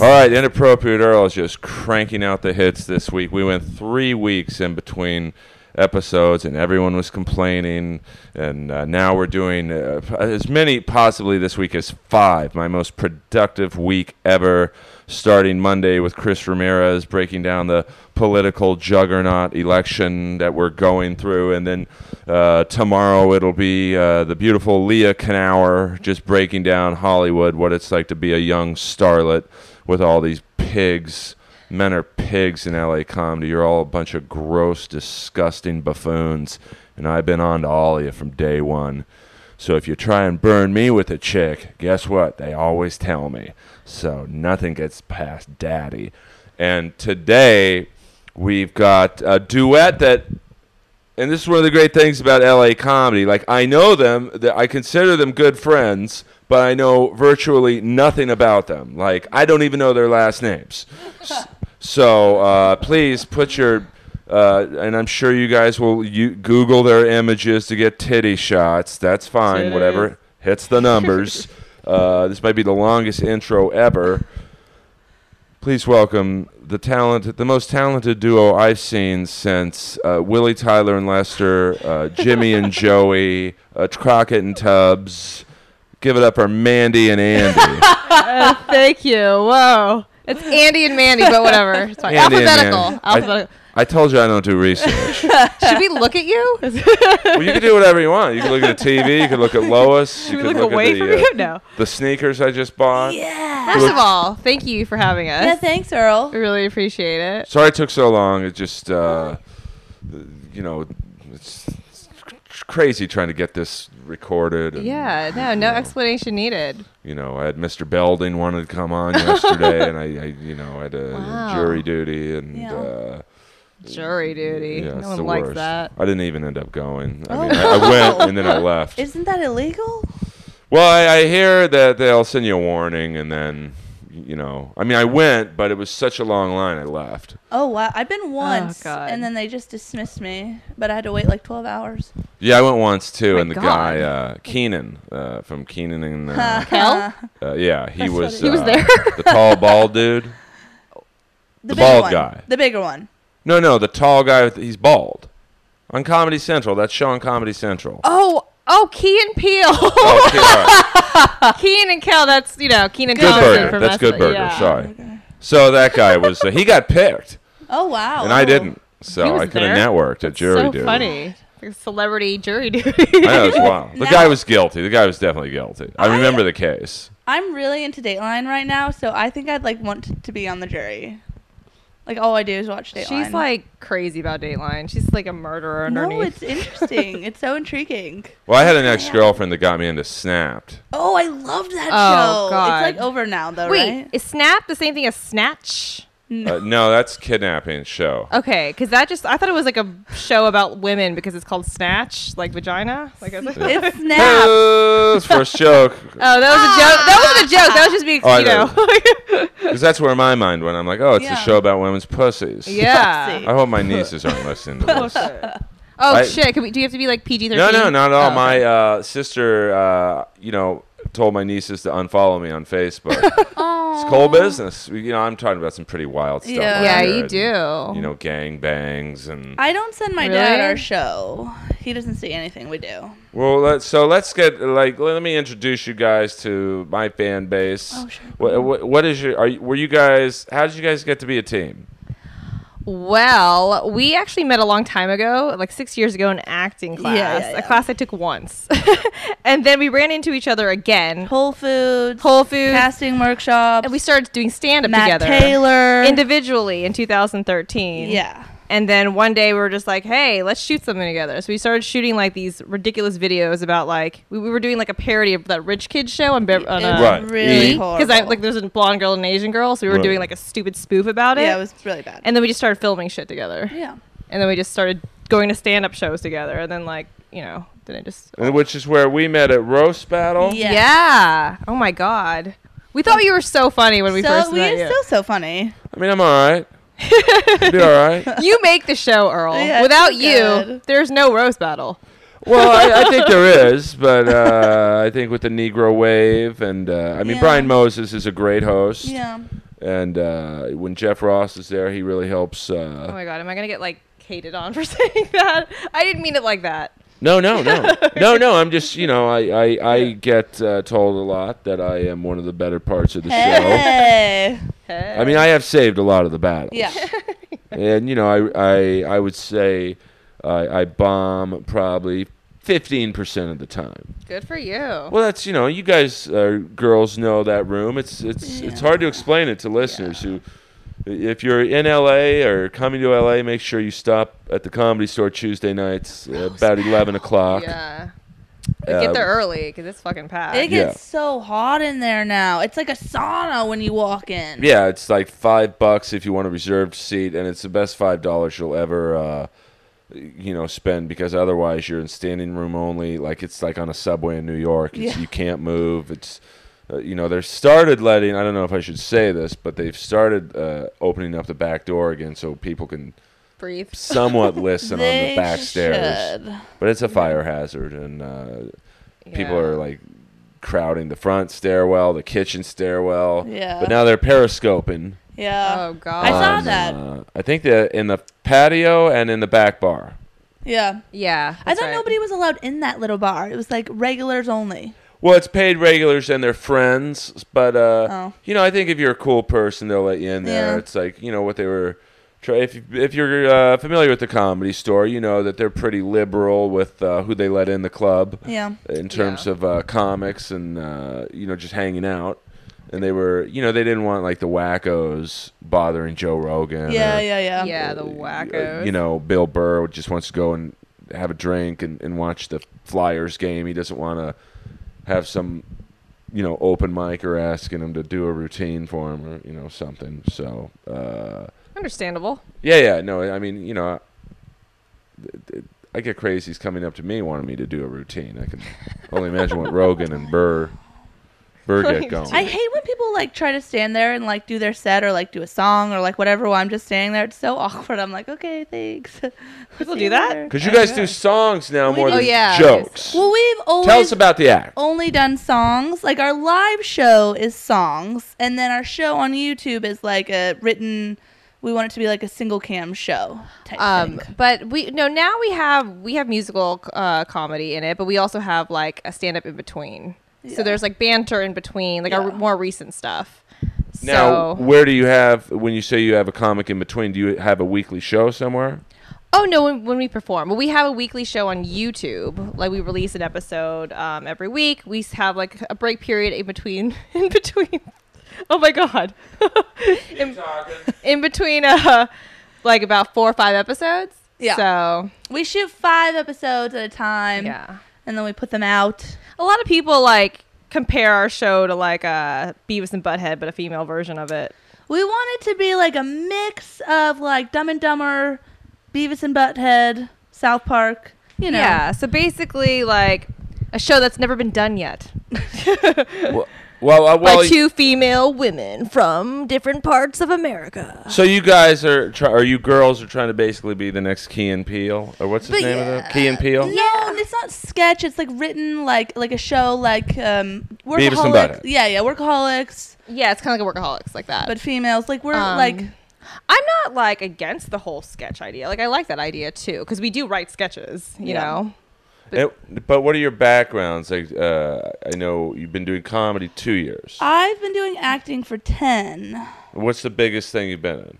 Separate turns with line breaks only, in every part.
All right, Inappropriate Earl is just cranking out the hits this week. We went three weeks in between episodes, and everyone was complaining. And uh, now we're doing uh, as many possibly this week as five. My most productive week ever, starting Monday with Chris Ramirez breaking down the political juggernaut election that we're going through, and then uh, tomorrow it'll be uh, the beautiful Leah Knauer just breaking down Hollywood, what it's like to be a young starlet with all these pigs. Men are pigs in LA comedy. You're all a bunch of gross, disgusting buffoons, and I've been on to all of you from day one. So if you try and burn me with a chick, guess what? They always tell me. So nothing gets past daddy. And today we've got a duet that and this is one of the great things about LA comedy. Like I know them, that I consider them good friends, but I know virtually nothing about them. Like I don't even know their last names. S- So uh, please put your uh, and I'm sure you guys will you, Google their images to get titty shots. That's fine,
Titties.
whatever hits the numbers. uh, this might be the longest intro ever. Please welcome the talented, the most talented duo I've seen since uh, Willie Tyler and Lester, uh, Jimmy and Joey, uh, Crockett and Tubbs. Give it up for Mandy and Andy.
Uh, thank you. Whoa.
It's Andy and Mandy, but whatever. It's fine.
Andy and
Alphabetical.
Mandy. I-
Alphabetical.
I told you I don't do research.
Should we look at you?
well, you can do whatever you want. You can look at the TV. You can look at Lois.
Should
you
we
can
look,
look
away
at
from
the, uh,
you? No.
the sneakers I just bought.
First of all, thank you for having us.
Yeah, thanks, Earl.
We really appreciate it.
Sorry it took so long. It just, uh, you know, it's, it's crazy trying to get this recorded. and,
Yeah, no, no explanation needed.
You know, I had Mr. Belding wanted to come on yesterday, and I, I, you know, I had a
Wow.
jury duty and.
Yeah.
Uh,
Jury duty.
Yeah, it's
no one
the
likes
worst.
that.
I didn't even end up going. I
Oh,
mean, I, I went and then I left.
Isn't that illegal?
Well, I, I hear that they'll send you a warning, and then you know. I mean, I went, but it was such a long line. I left.
Oh wow, I've been once,
God.
and then they just dismissed me. But I had to wait like twelve hours.
Yeah, I went once too,
My
and the
God.
guy uh, Keenan uh, from Keenan and uh,
Hell?
uh, yeah, he
That's
was
funny. He
was
uh,
there?
the tall bald dude. The
big
bald
one.
guy.
The bigger one.
No, no, the tall guy. With, he's bald. On Comedy Central, that show on Comedy Central.
Oh, oh, Key and Peel.
Oh, okay, all right.
Keen and Kel, that's, you know, Keenan
Good
Thompson
burger.
from
That's
Wrestling.
good burger.
Yeah.
Sorry. So that guy was uh, he got picked,
Oh wow.
and I didn't. So
He was
I could have
there?
networked at jury
so
duty.
funny. Like celebrity jury duty.
I know it's wild. The
Now-
guy was guilty. The guy was definitely guilty. I remember the case.
I'm really into Dateline right now, so I think I'd like want to, to be on the jury. Like all I do is watch Dateline.
She's like crazy about Dateline. She's like a murderer underneath.
no, it's interesting. it's so intriguing.
Well, I had an ex girlfriend that got me into Snapped.
Oh, I loved that
Oh,
show.
God.
It's like over now though,
Wait,
right?
is Snap the same thing as Snatch?
Uh, no, that's kidnapping show.
Okay, because that just I thought it was like a show about women because it's called Snatch, like vagina. Like I was like, oh,
It's snap.
Oh, that's first joke.
that was a joke. That wasn't a joke. That was just being,
Oh, I
you know.
Because that's where my mind went. I'm like, oh, it's a
Yeah.
show about women's pussies.
yeah.
I hope my nieces aren't listening to this.
Oh
I-
shit! Can we, do you have to be like PG
No,
thirteen? Oh,
no, not at
Oh,
all. My uh, sister, uh, you know, told my nieces to unfollow me on Facebook. it's cold business. You know, I'm talking about some pretty wild stuff.
Yeah.
out
Yeah,
here
you
and,
do.
You know, gang bangs and
I don't send my dad
Really?
our show. He doesn't see anything we do.
Well, let's, so let's get like let me introduce you guys to my fan base.
Oh, sure.
What, what, what is your? Are you, were you guys? How did you guys get to be a team?
Well, we actually met a long time ago, like six years ago, in acting class,
yeah, yeah.
a class I took once, and then we ran into each other again,
Whole Foods,
Whole Foods,
casting workshops,
and we started doing stand up
Matt
together
Taylor.
individually in 2013.
yeah.
And then one day we were just like, hey, let's shoot something together. So we started shooting like these ridiculous videos about like we, we were doing like a parody of that rich kid show on, Bev- on
It was
uh,
Right.
Really
E.
because I like there's a blonde girl and an Asian girl, so we were
Right.
doing like a stupid spoof about it.
yeah, it was really bad.
and then we just started filming shit together.
yeah.
And then we just started going to stand up shows together. And then like you know then it just
And which is where we met at roast battle.
Yeah.
yeah. Oh my god. We thought you were so funny when we
so
first
we
met
are
you.
still so funny.
I mean, I'm all right. You're all right.
you make the show, Earl.
Yeah, it's
Without
so
you,
good.
there's no roast battle.
Well, I, I think there is, but uh, I think with the Negro wave and uh, I mean,
Yeah.
Brian Moses is a great host.
Yeah.
And uh, when Jeff Ross is there, he really helps.
Oh
Uh,
my god, am I gonna get like hated on for saying that? I didn't mean it like that.
no, no, no, no, no. I'm just, you know, I I, I get uh, told a lot that I am one of the better parts of the show.
Hey.
Hey.
I mean, I have saved a lot of the battles.
Yeah.
and you know, I I I would say I, I bomb probably fifteen percent of the time.
Good for you.
Well, that's you know, you guys uh, girls know that room. It's it's it's hard to explain it to listeners who. If you're in LA or coming to LA, make sure you stop at the Comedy Store Tuesday nights uh, about 11 o'clock.
Yeah.
Uh,
Get there early because it's fucking packed.
It gets
Yeah.
so hot in there now. It's like a sauna when you walk in.
Yeah, it's like five bucks if you want a reserved seat, and it's the best five dollars you'll ever, uh, you know, spend because otherwise you're in standing room only. Like it's like on a subway in New York, it's,
Yeah.
you can't move. It's uh, you know they're started letting. I don't know if I should say this, but they've started uh, opening up the back door again so people can
Breathe.
somewhat listen on the
They
back stairs.
should.
But it's a fire hazard, and uh, people
Yeah.
are like crowding the front stairwell, the kitchen stairwell.
Yeah.
But now they're periscoping.
Yeah.
Oh god.
I saw
on,
that.
uh, I think the in the patio and in the back bar.
yeah.
Yeah.
I
that's
thought
right.
nobody was allowed in that little bar. It was like regulars only.
Well, it's paid regulars and their friends, but uh,
Oh.
you know, I think if you're a cool person, they'll let you in there.
Yeah.
It's like you know what they were. Try, if you- if you're uh, familiar with the comedy store, you know that they're pretty liberal with uh, who they let in the club
Yeah.
in terms
Yeah.
of uh, comics and uh, you know just hanging out. And they were, you know, they didn't want like the wackos bothering Joe Rogan.
Yeah,
or-
yeah, yeah.
Yeah, the
uh,
wackos.
You know, Bill Burr just wants to go and have a drink and, and watch the Flyers game. He doesn't want to have some, you know, open mic or asking him to do a routine for him or, you know, something. So, uh,
Understandable.
yeah, yeah. No, I mean, you know, th- th- I get crazies coming up to me wanting me to do a routine. I can only imagine what Rogan and Burr, Burr get going.
I hate when people like try to stand there and like do their set or like do a song or like whatever while I'm just standing there. It's so awkward. I'm like, okay, thanks.
People
See
do
you
that?
later.
Because you guys do songs now
We
more
do.
than
Oh,
yeah.
jokes.
Well, we've always
Tell us about the act.
only done songs. Like our live show is songs, and then our show on YouTube is like a written. We want it to be like a single cam show. Type
Um,
thing.
but we no now we have we have musical uh, comedy in it, but we also have like a stand up in between.
Yeah.
So there's like banter in between, like our
Yeah.
more recent stuff.
Now,
so
where do you have when you say you have a comic in between? Do you have a weekly show somewhere?
oh no, when, when we perform, well, we have a weekly show on YouTube. Like we release an episode um, every week. We s- have like a break period in between in between. Oh my god, in, in between uh, like about four or five episodes.
Yeah.
So
we shoot five episodes at a time,
yeah.
and then we put them out.
A lot of people like compare our show to like uh, Beavis and Butthead, but a female version of it.
We want it to be like a mix of like Dumb and Dumber, Beavis and Butthead, South Park. You know,
Yeah. So basically, like a show that's never been done yet
well, well, uh, well
by two female women from different parts of America.
so you guys are try, are you girls are trying to basically be the next Key and Peele or what's his
But
name of that? Key and Peele.
No, it's not sketch. It's like written like like a show like um
Beavis and
workaholics.
Butthead.
Yeah, yeah, workaholics,
Yeah, it's kind of like a workaholics like that.
but females like we're
Um,
like
I'm not like against the whole sketch idea. Like I like that idea too because we do write sketches. You
Yeah.
know.
And- Eh, but what are your backgrounds? Like, uh, I know you've been doing comedy two years.
I've been doing acting for ten.
What's the biggest thing you've been in?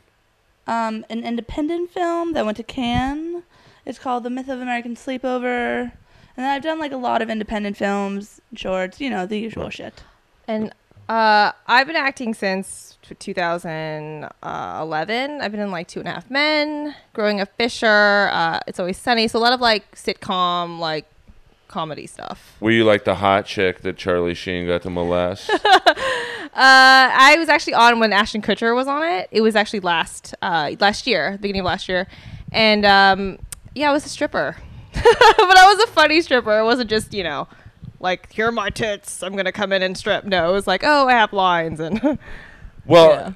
Um, an independent film that went to Cannes. It's called The Myth of American Sleepover. And then I've done like a lot of independent films, shorts, you know, the usual shit.
And uh, I've been acting since t- 2011. I've been in like Two and a Half Men, Growing a Fisher, uh, It's Always Sunny. So a lot of like sitcom, like comedy stuff.
Were you like the hot chick that Charlie Sheen got to molest?
Uh, I was actually on when Ashton Kutcher was on it. It was actually last uh, last year, beginning of last year, and um, yeah, I was a stripper, but I was a funny stripper. It wasn't just you know, like here are my tits, I'm gonna come in and strip. No, it was like oh, I have lines and
Well,
Yeah.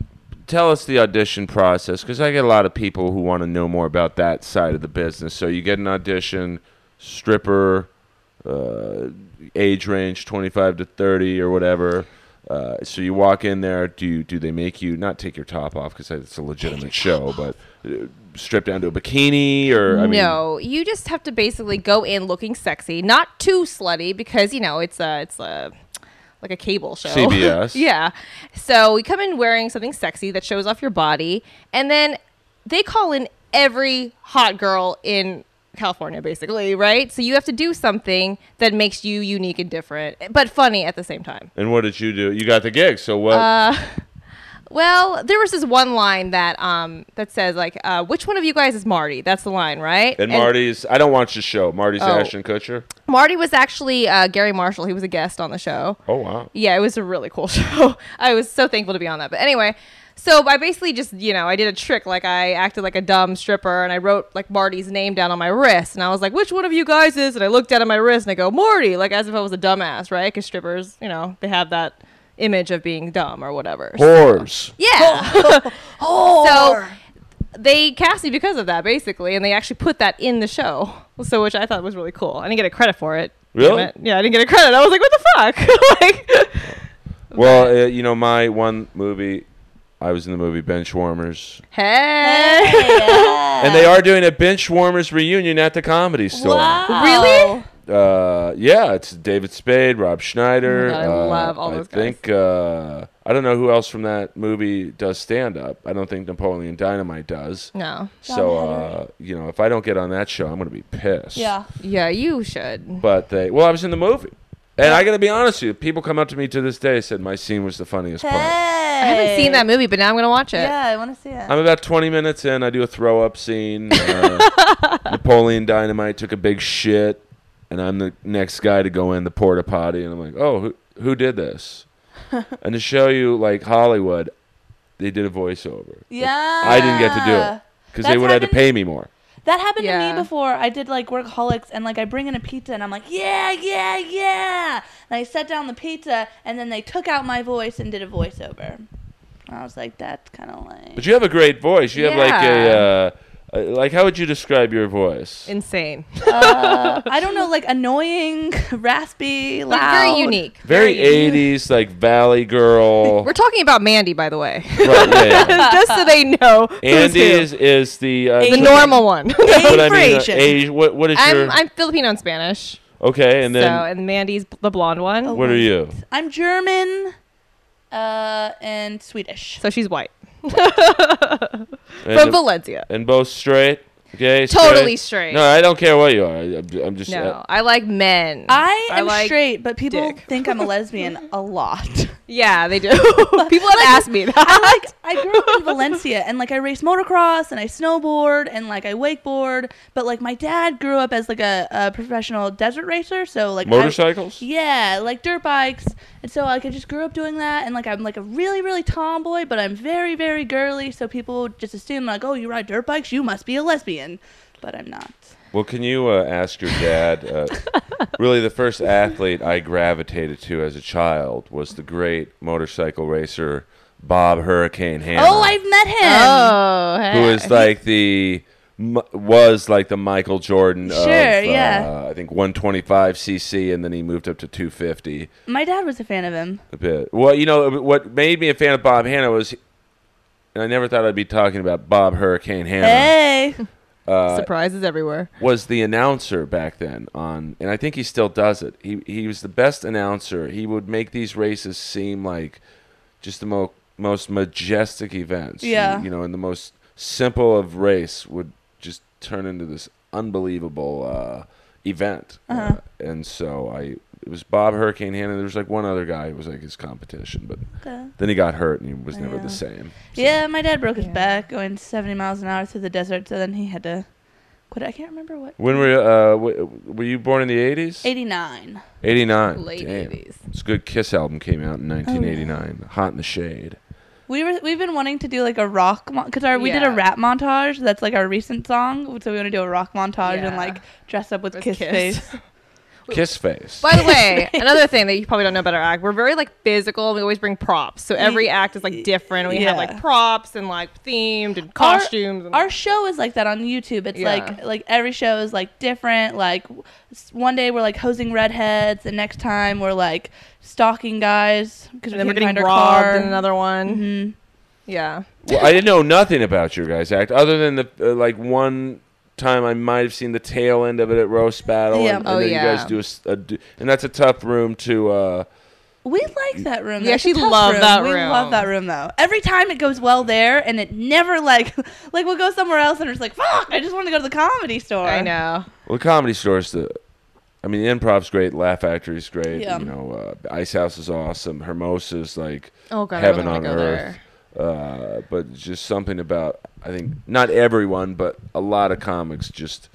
tell us the audition process because I get a lot of people who want to know more about that side of the business. So you get an audition, stripper, uh, age range 25 to 30 or whatever. Uh, so you walk in there. Do you, do they make you not take your top off because it's a legitimate show, but uh, strip down to a bikini or I mean,
no, you just have to basically go in looking sexy, not too slutty because you know it's a it's a like a cable show.
CBS.
yeah. So you come in wearing something sexy that shows off your body, and then they call in every hot girl in California, basically, right? So you have to do something that makes you unique and different, but funny at the same time.
And what did you do? You got the gig. So what?
Uh, Well, there was this one line that um that says like, uh, "Which one of you guys is Marty?" That's the line, right?
and Marty's. I don't watch the show. Marty's
Oh.
Ashton Kutcher.
Marty was actually uh, Gary Marshall. He was a guest on the show.
Oh wow.
Yeah, it was a really cool show. I was so thankful to be on that. But anyway, so I basically just, you know, I did a trick. Like I acted like a dumb stripper and I wrote like Marty's name down on my wrist. And I was like, which one of you guys is? And I looked down at my wrist and I go, Marty, like as if I was a dumbass, right? Because strippers, you know, they have that image of being dumb or whatever.
Whores.
Yeah. so they cast me because of that, basically, and they actually put that in the show, so which I thought was really cool. I didn't get a credit for it. Damn
Really?
it. Yeah, I didn't get a credit. I was like, what the fuck? like,
Well, uh, you know, my one movie. I was in the movie Bench Warmers,
hey.
and they are doing a Bench Warmers reunion at the Comedy Store.
Wow.
Really?
Uh, yeah, it's David Spade, Rob Schneider.
Oh my God, I
uh,
love all
I
those guys.
think uh, I don't know who else from that movie does stand up. I don't think Napoleon Dynamite does.
No.
so
Heather.
uh, you know, if I don't get on that show, I'm gonna be pissed.
Yeah.
Yeah, you should.
But they, well, I was in the movie, and I gotta be honest with you. People come up to me to this day said my scene was the funniest part.
Hey.
I haven't seen that movie, but now I'm gonna watch it.
Yeah, I want to see it.
I'm about 20 minutes in. I do a throw up scene. Uh, Napoleon Dynamite took a big shit, and I'm the next guy to go in the porta potty. And I'm like, oh, who, who did this? and to show you, like, Hollywood, they did a voiceover.
yeah.
I didn't get to do it because they
That's
would have had to
happened-
pay me more.
That happened to
Yeah.
me before. I did like workaholics and like I bring in a pizza and I'm like, yeah, yeah, yeah. And I set down the pizza and then they took out my voice and did a voiceover. And I was like, that's kind of lame.
But you have a great voice. You have, like,
Yeah.
a. Uh, uh, like, how would you describe your voice?
Insane.
Uh, I don't know, like annoying, raspy,
But
loud.
very unique.
Very 80s, like Valley Girl.
We're talking about Mandy, by the way,
Right, yeah, yeah.
just so they know. who's
Andy
who.
is, is the. Uh,
the normal one.
What I
Asian
mean, uh,
Asian.
Asi- what, what is your?
I'm I'm Filipino and Spanish.
okay, and
so
then
and Mandy's b- the blonde one.
Oh.
what are you?
I'm German uh, and Swedish.
So she's white.
And,
From Valencia.
and both straight. Okay,
Totally straight.
No, I don't care what you are. I, I'm, ju- I'm just. uh,
No, I like men.
I
I
am
like
straight, but people
dick.
think I'm a lesbian a lot.
yeah, they do. People have asked me
I
that.
like I grew up in Valencia and like I race motocross and I snowboard and like I wakeboard, but like my dad grew up as like a, a professional desert racer, so like I-
Motorcycles?
yeah, like dirt bikes, and so like I just grew up doing that, and like I'm like a really really tomboy, but I'm very very girly, so people just assume like oh you ride dirt bikes, you must be a lesbian, but I'm not.
Well, can you uh, ask your dad? Uh, really, the first athlete I gravitated to as a child was the great motorcycle racer Bob Hurricane Hammer,
Oh, I've met him.
Oh, hey.
who is like the m- was like the Michael Jordan. of,
Sure, yeah.
uh, I think 125 cc, and then he moved up to 250.
My dad was a fan of him.
a bit. Well, you know what made me a fan of Bob Hanna was, and I never thought I'd be talking about Bob Hurricane Hanna. uh,
Hey,
surprises everywhere.
Was the announcer back then on, and I think he still does it. He he was the best announcer. He would make these races seem like just the mo- most majestic events. You-
Yeah.
you, know, and the most simple of race would just turn into this unbelievable uh, event. uh
Uh-huh.
and so I. It was Bob Hurricane Hanna. There was like one other guy who was like his competition, but
Okay.
then he got hurt and he was never
Yeah.
the same.
Yeah, my dad broke his
Yeah.
back going 70 miles an hour through the desert, so then he had to quit. I can't remember what.
When were you, uh, w- were you born in the eighties?
89.
Eighty nine.
Late
Damn.
80s.
It's a good Kiss album came out in nineteen eighty nine. Hot in the Shade.
We were we've been wanting to do like a rock mon because our we did a
Yeah.
rap montage that's like our recent song, so we want to do a rock montage and
Yeah.
like dress up with
With
kiss,
Kiss.
face.
Kiss face.
By the way, another thing that you probably don't know about our act, we're very like physical. We always bring props, so every act is like different. We have
Yeah.
like props and like themed and
Our-
costumes. and
Our, show is like that on YouTube. It's
Yeah.
like like every show is like different. Like w- s- one day we're like hosing redheads, the next time we're like stalking guys because
and
we
then we're
can't find
getting
our
robbed
car.
in another one.
Mhm.
Yeah.
Well, I didn't know nothing about your guys' act other than the uh, like one time I might have seen the tail end of it at roast battle.
Yeah.
And, and
Oh,
then
yeah.
you guys do a s- a, d- and that's a tough room to. Uh,
We like that room.
Yeah,
That's
she
a tough
loved
room.
that
We
room.
love that room though. Every time it goes well there, and it never like like we'll go somewhere else, and it's like fuck. I just want to go to the comedy store.
I know.
well, the comedy store's the. I mean, the improv's great. Laugh Factory's great.
Yeah.
You know, uh, Ice House is awesome. Hermosa's like
Oh god,
heaven
I really
on
wanna go
earth.
there.
Uh, but just something about I think not everyone, but a lot of comics just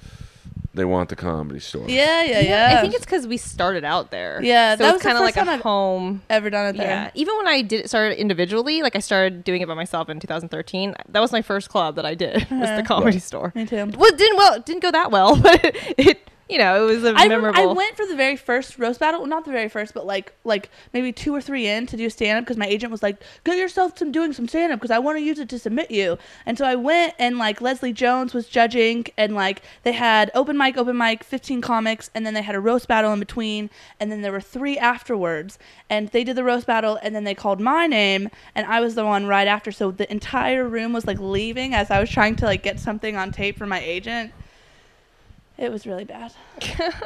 they want the comedy store.
Yeah,
Yeah,
yeah, yeah.
I think it's because we started out there.
Yeah,
so
that
it's
was the
kind of
first
like
time
a
I've-
home.
ever done it there.
Yeah, even when I did started individually, like I started doing it by myself in 2013. That was my first club that I did. Was
Uh-huh.
the comedy
Right.
store.
Me too.
Well, it didn't well it didn't go that well, but it, you know it was a
I, rem-
memorable.
I went for the very first roast battle. Well, not the very first, but like like maybe two or three in to do stand up because my agent was like, "Get yourself some doing some stand up because I want to use it to submit you." And so I went and like Leslie Jones was judging and like they had open mic, open mic, fifteen comics, and then they had a roast battle in between, and then there were three afterwards. And they did the roast battle, and then they called my name, and I was the one right after. So the entire room was like leaving as I was trying to like get something on tape for my agent. It was really bad.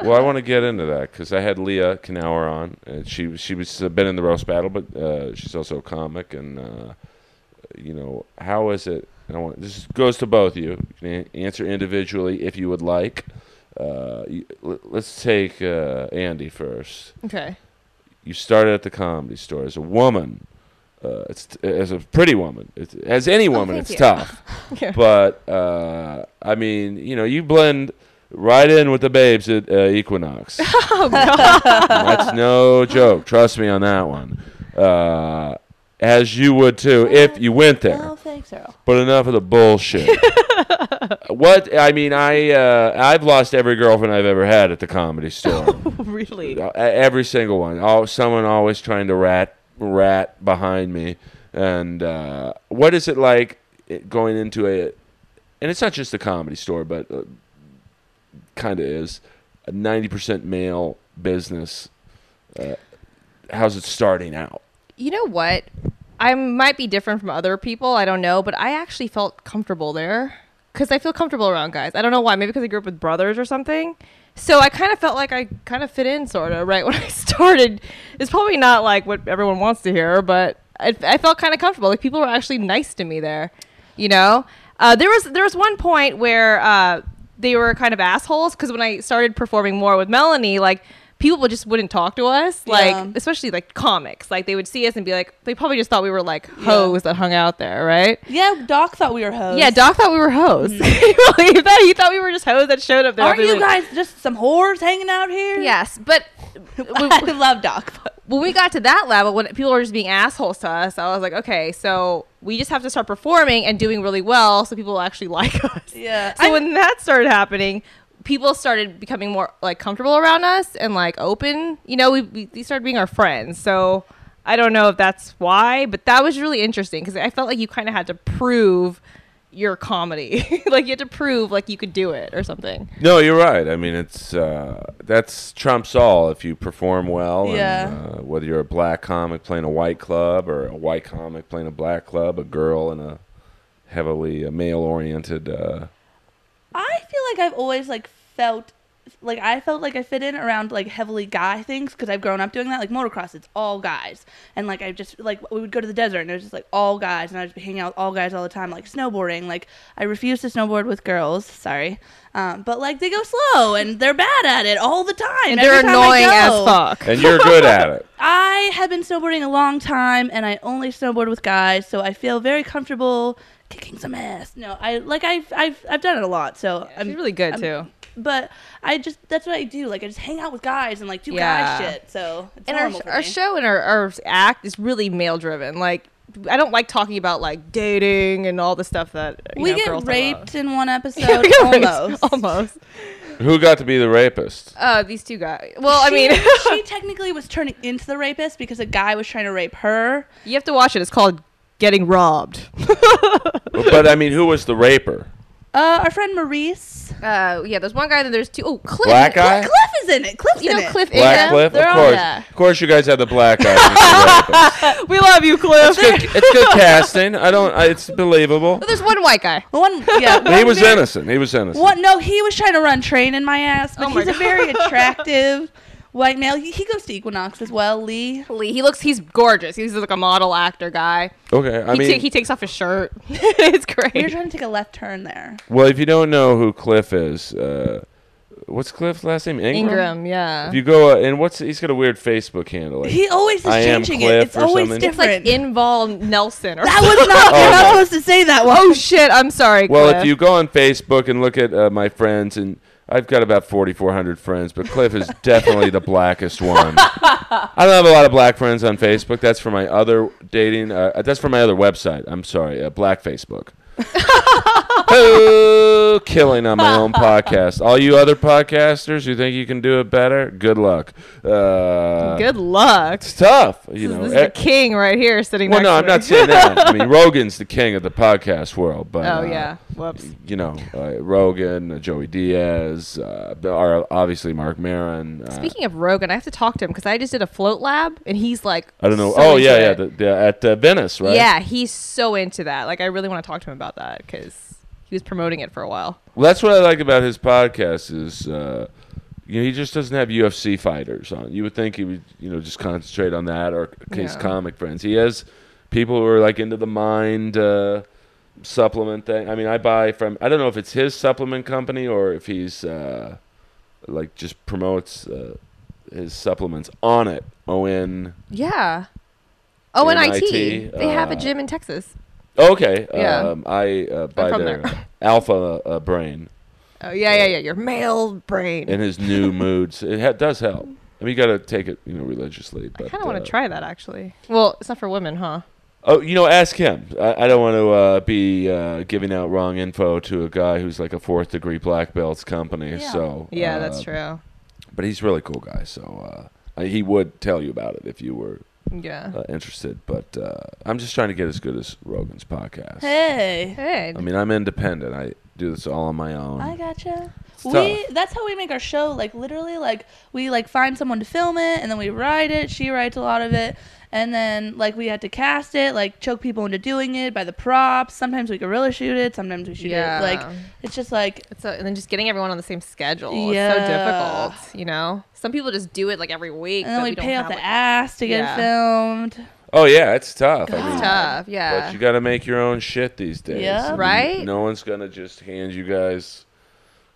Well, I want to get into that because I had Leah Knauer on, and she she was uh, been in the roast battle, but uh, she's also a comic, and uh, you know how is it? And I want this goes to both of you. You can an- answer individually if you would like. Uh, you, l- let's take uh, Andy first.
okay.
You started at the comedy store as a woman. Uh, it's t- as a pretty woman. It's, as any woman,
Oh, thank
it's
you.
tough
Okay.
but uh, I mean, you know, you blend right in with the babes at uh, Equinox.
Oh,
That's no joke. Trust me on that one. Uh, as you would too if you went there.
Oh, thanks, Earl.
But enough of the bullshit. what I mean, I uh, I've lost every girlfriend I've ever had at the comedy store.
really?
Uh, Every single one. All, someone always trying to rat rat behind me. And uh, what is it like it- going into a? And it's not just the comedy store, but uh, kind of is a ninety percent male business. Uh, how's it starting out?
You know what? I might be different from other people. I don't know, but I actually felt comfortable there because I feel comfortable around guys. I don't know why. Maybe because I grew up with brothers or something. So I kind of felt like I kind of fit in, sort of, right when I started. It's probably not like what everyone wants to hear, but I, I felt kind of comfortable. Like people were actually nice to me there. You know, uh, there was there was one point where uh, they were kind of assholes because when I started performing more with Melanie, like people would just wouldn't talk to us, like
Yeah.
especially like comics. Like they would see us and be like, they probably just thought we were like hoes that hung out there, right?
Yeah, Doc thought we were hoes.
Yeah, Doc thought we were hoes. he, thought, he thought we were just hoes that showed up there.
Aren't
every
you
week.
guys just some whores hanging out here?
Yes, but
I love Doc. but-
when we got to that level, when people were just being assholes to us, I was like, okay, so we just have to start performing and doing really well so people will actually like us.
Yeah.
So when that started happening, people started becoming more like comfortable around us and like open. You know, we, we they started being our friends. So I don't know if that's why, but that was really interesting because I felt like you kind of had to prove your comedy, like you had to prove like you could do it or something.
No, you're right. I mean, it's uh, that's trumps all if you perform well.
Yeah.
And, uh, whether you're a black comic playing a white club or a white comic playing a black club, a girl in a heavily uh, male-oriented. Uh,
I feel like I've always like felt like I felt like I fit in around like heavily guy things because I've grown up doing that. Like motocross, it's all guys, and like I just like we would go to the desert and it was just like all guys, and I just be hanging out with all guys all the time. Like snowboarding, like I refuse to snowboard with girls. Sorry, um, but like they go slow and they're bad at it all the time.
And
every
they're
time I
annoying as
go.
fuck.
and you're good at it.
I have been snowboarding a long time and I only snowboard with guys, so I feel very comfortable kicking some ass. No, I like I've I've I've done it a lot, so I'm
She's really good
I'm-
too.
But I just that's what I do. Like I just hang out with guys and like do
Yeah.
guy shit. So it's
and
normal
our,
for
our
me.
show and our, our act is really male driven like i don't like talking about like dating and all the stuff that you
we
know, girls
get
talk about.
raped in one episode
We get raped,
almost.
almost
Who got to be the rapist?
Oh, these two guys. Well, I
She-
mean,
she technically was turning into the rapist because a guy was trying to rape her.
You have to watch it. It's called Getting Robbed.
but I mean, who was the raper?
Uh, our friend Maurice.
uh, yeah, there's one guy, then there's two. Oh, Cliff.
Black guy?
Cliff is in it. Cliff's
You
in
know
it.
Cliff
Black
Ingham?
Cliff?
They're
Of
all-
course.
yeah.
Of course, you guys had the black guy. as the rapist.
we love you, Cliff.
It's good, it's good casting. I don't. I, it's believable.
But there's one white guy.
One, yeah,
But he
one
was
very-
innocent. He was innocent.
What? No, he was trying to run train in my ass. But
Oh my
he's a
God.
very attractive white male. He, he goes to Equinox as well. Lee.
Lee. He looks. He's gorgeous. He's like a model actor guy.
Okay, I
he,
mean,
ta- he takes off his shirt. it's
We were
great.
trying to take a left turn there.
well, if you don't know who Cliff is, uh, what's Cliff's last name? Ingram.
Ingram, yeah.
If you go uh, and what's he's got a weird Facebook handle. Like,
He always is
I am
changing
Cliff
it. It's
or
always
something.
it's like
different.
Invol Nelson or
that was not.
Oh,
You're not
no.
supposed to say that one.
Oh shit! I'm sorry.
well,
Cliff.
if you go on Facebook and look at uh, my friends, and I've got about forty four hundred friends, but Cliff is definitely the blackest one. I don't have a lot of black friends on Facebook. That's for my other dating. Uh, that's for my other website. I'm sorry, uh, Black Facebook. oh, killing on my own podcast. All you other podcasters who think you can do it better, good luck. Uh,
good luck.
It's tough, you know.
this is
Eh,
the king right here sitting
Well,
next
no,
to
I'm
me.
not saying that. I mean, Rogan's the king of the podcast world, but
Oh
uh,
yeah. Whoops.
you know, uh, Rogan, uh, Joey Diaz, uh, are obviously Mark Maron. Uh,
Speaking of Rogan, I have to talk to him because I just did a float lab and he's like,
I don't know.
so
oh
into
yeah, yeah,
it.
the, the, at uh, Venice, right?
yeah. He's so into that. Like, I really want to talk to him about that because he was promoting it for a while.
Well, that's what I like about his podcast is, uh, you know, he just doesn't have UFC fighters on. You would think he would, you know, just concentrate on that or his
Yeah.
comic friends. He has people who are like into the mind uh, supplement thing. I mean, I buy from. I don't know if it's his supplement company or if he's uh, like just promotes uh, his supplements on it. O N.
Yeah. O N I T.
NIT,
They have a
uh,
gym in Texas.
Okay.
Yeah.
Um, I uh, buy
from
their
there.
Alpha uh, Brain.
Oh yeah, yeah, yeah. Your male brain.
in his new moods. It ha- does help. I mean, you got to take it, you know, religiously.
I
But,
kind of want
uh,
to try that actually. Well, it's not for women, huh?
Oh, you know, ask him. I, I don't want to uh, be uh, giving out wrong info to a guy who's like a fourth degree black belt's company.
Yeah.
So
Yeah,
uh,
that's true.
But he's a really cool guy. So uh, I, he would tell you about it if you were
Yeah.
uh, interested. But uh, I'm just trying to get as good as Rogan's podcast.
Hey,
Hey.
I mean, I'm independent. I do this all on my own.
I gotcha.
It's
We that's how we make our show. Like literally, like we like find someone to film it, and then we write it. She writes a lot of it, and then like we had to cast it, like choke people into doing it by the props. Sometimes we gorilla shoot it. Sometimes we shoot
Yeah.
it. Like it's just like
It's so, and then just getting everyone on the same schedule.
Yeah.
It's so difficult, you know. Some people just do it like every week.
and then
but
we
don't
pay out
have,
the
like-
ass to get
Yeah.
it filmed.
oh, yeah, it's tough. I
God.
mean,
It's
Tough,
But
yeah.
you got to make your own shit these days.
Yeah.
I mean,
Right?
No one's gonna just hand you guys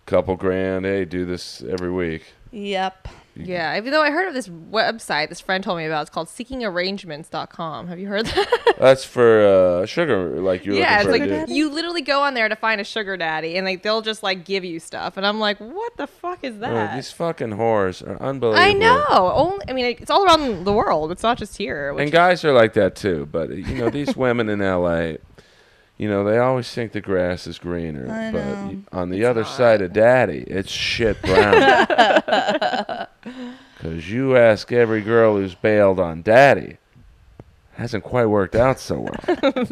a couple grand. Hey, do this every week.
Yep.
You-
Yeah, even though I heard of this website this friend told me about. It's called seekingarrangements.com. Have you heard that?
That's for uh, sugar, like you're
yeah, it's
looking
like
for. a
Sugar
dude.
daddy?
you literally go on there to find a sugar daddy and like they'll just like give you stuff. And I'm like, "What the fuck is
Oh,
that?"
these fucking whores are unbelievable.
I know. Only I mean, it's all around the world. It's not just here. Which
And guys are like that too, but uh, you know these women in LA, you know they always think the grass is greener,
I
but
know.
y- on the other side of daddy, it's shit brown. Cause you ask every girl who's bailed on daddy, hasn't quite worked out so well.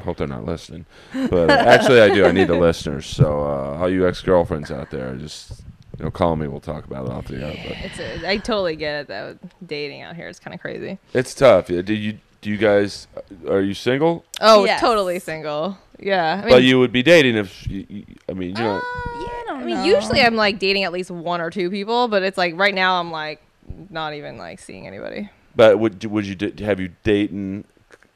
Hope they're not listening, but uh, actually I do. I need the listeners. So uh, all you ex-girlfriends out there, just you know call me. We'll talk about it off the air. But
it's a, I totally get it though. Dating out here is kind of crazy.
it's tough. Yeah, Do you? Do you guys? uh, Are you single?
Oh,
Yes.
totally single. Yeah. I uh,
but you would be dating if you, you- I mean, you know,
I
I
don't
mean,
know.
usually I'm like dating at least one or two people, but it's like right now I'm like not even like seeing anybody.
but would you- would you d- have you dating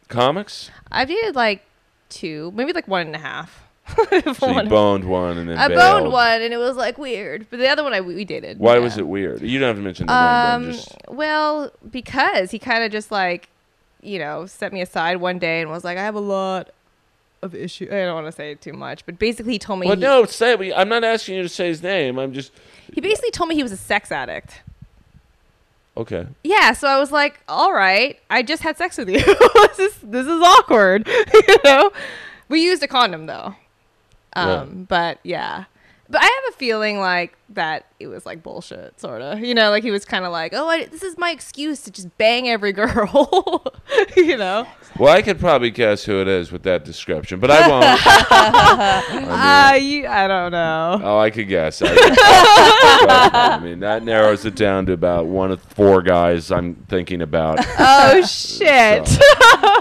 comics?
I've dated like two, maybe like one and a half.
So you
One.
boned one and then
I boned
bailed.
one and it was like weird, but the other one I we we dated.
Why
yeah.
was it weird? You don't have to mention the name.
Um,
But I'm just
well, because he kind of just like, you know, set me aside one day and was like, I have a lot of issues. I don't want to say too much, but basically he told me
well,
he,
no, say it. I'm not asking you to say his name. I'm just
he basically told me he was a sex addict.
okay.
Yeah, so I was like, all right, I just had sex with you. this is this is awkward, you know. We used a condom though. Um, but yeah. But I have a feeling like that it was like bullshit, sort of. You know, like he was kind of like, oh, I, this is my excuse to just bang every girl. you know?
Well, I could probably guess who it is with that description, but I won't. I
Uh, you, I don't know.
mean, oh, I could guess. I, guess. I mean, that narrows it down to about one of four guys I'm thinking about.
Oh shit!
So-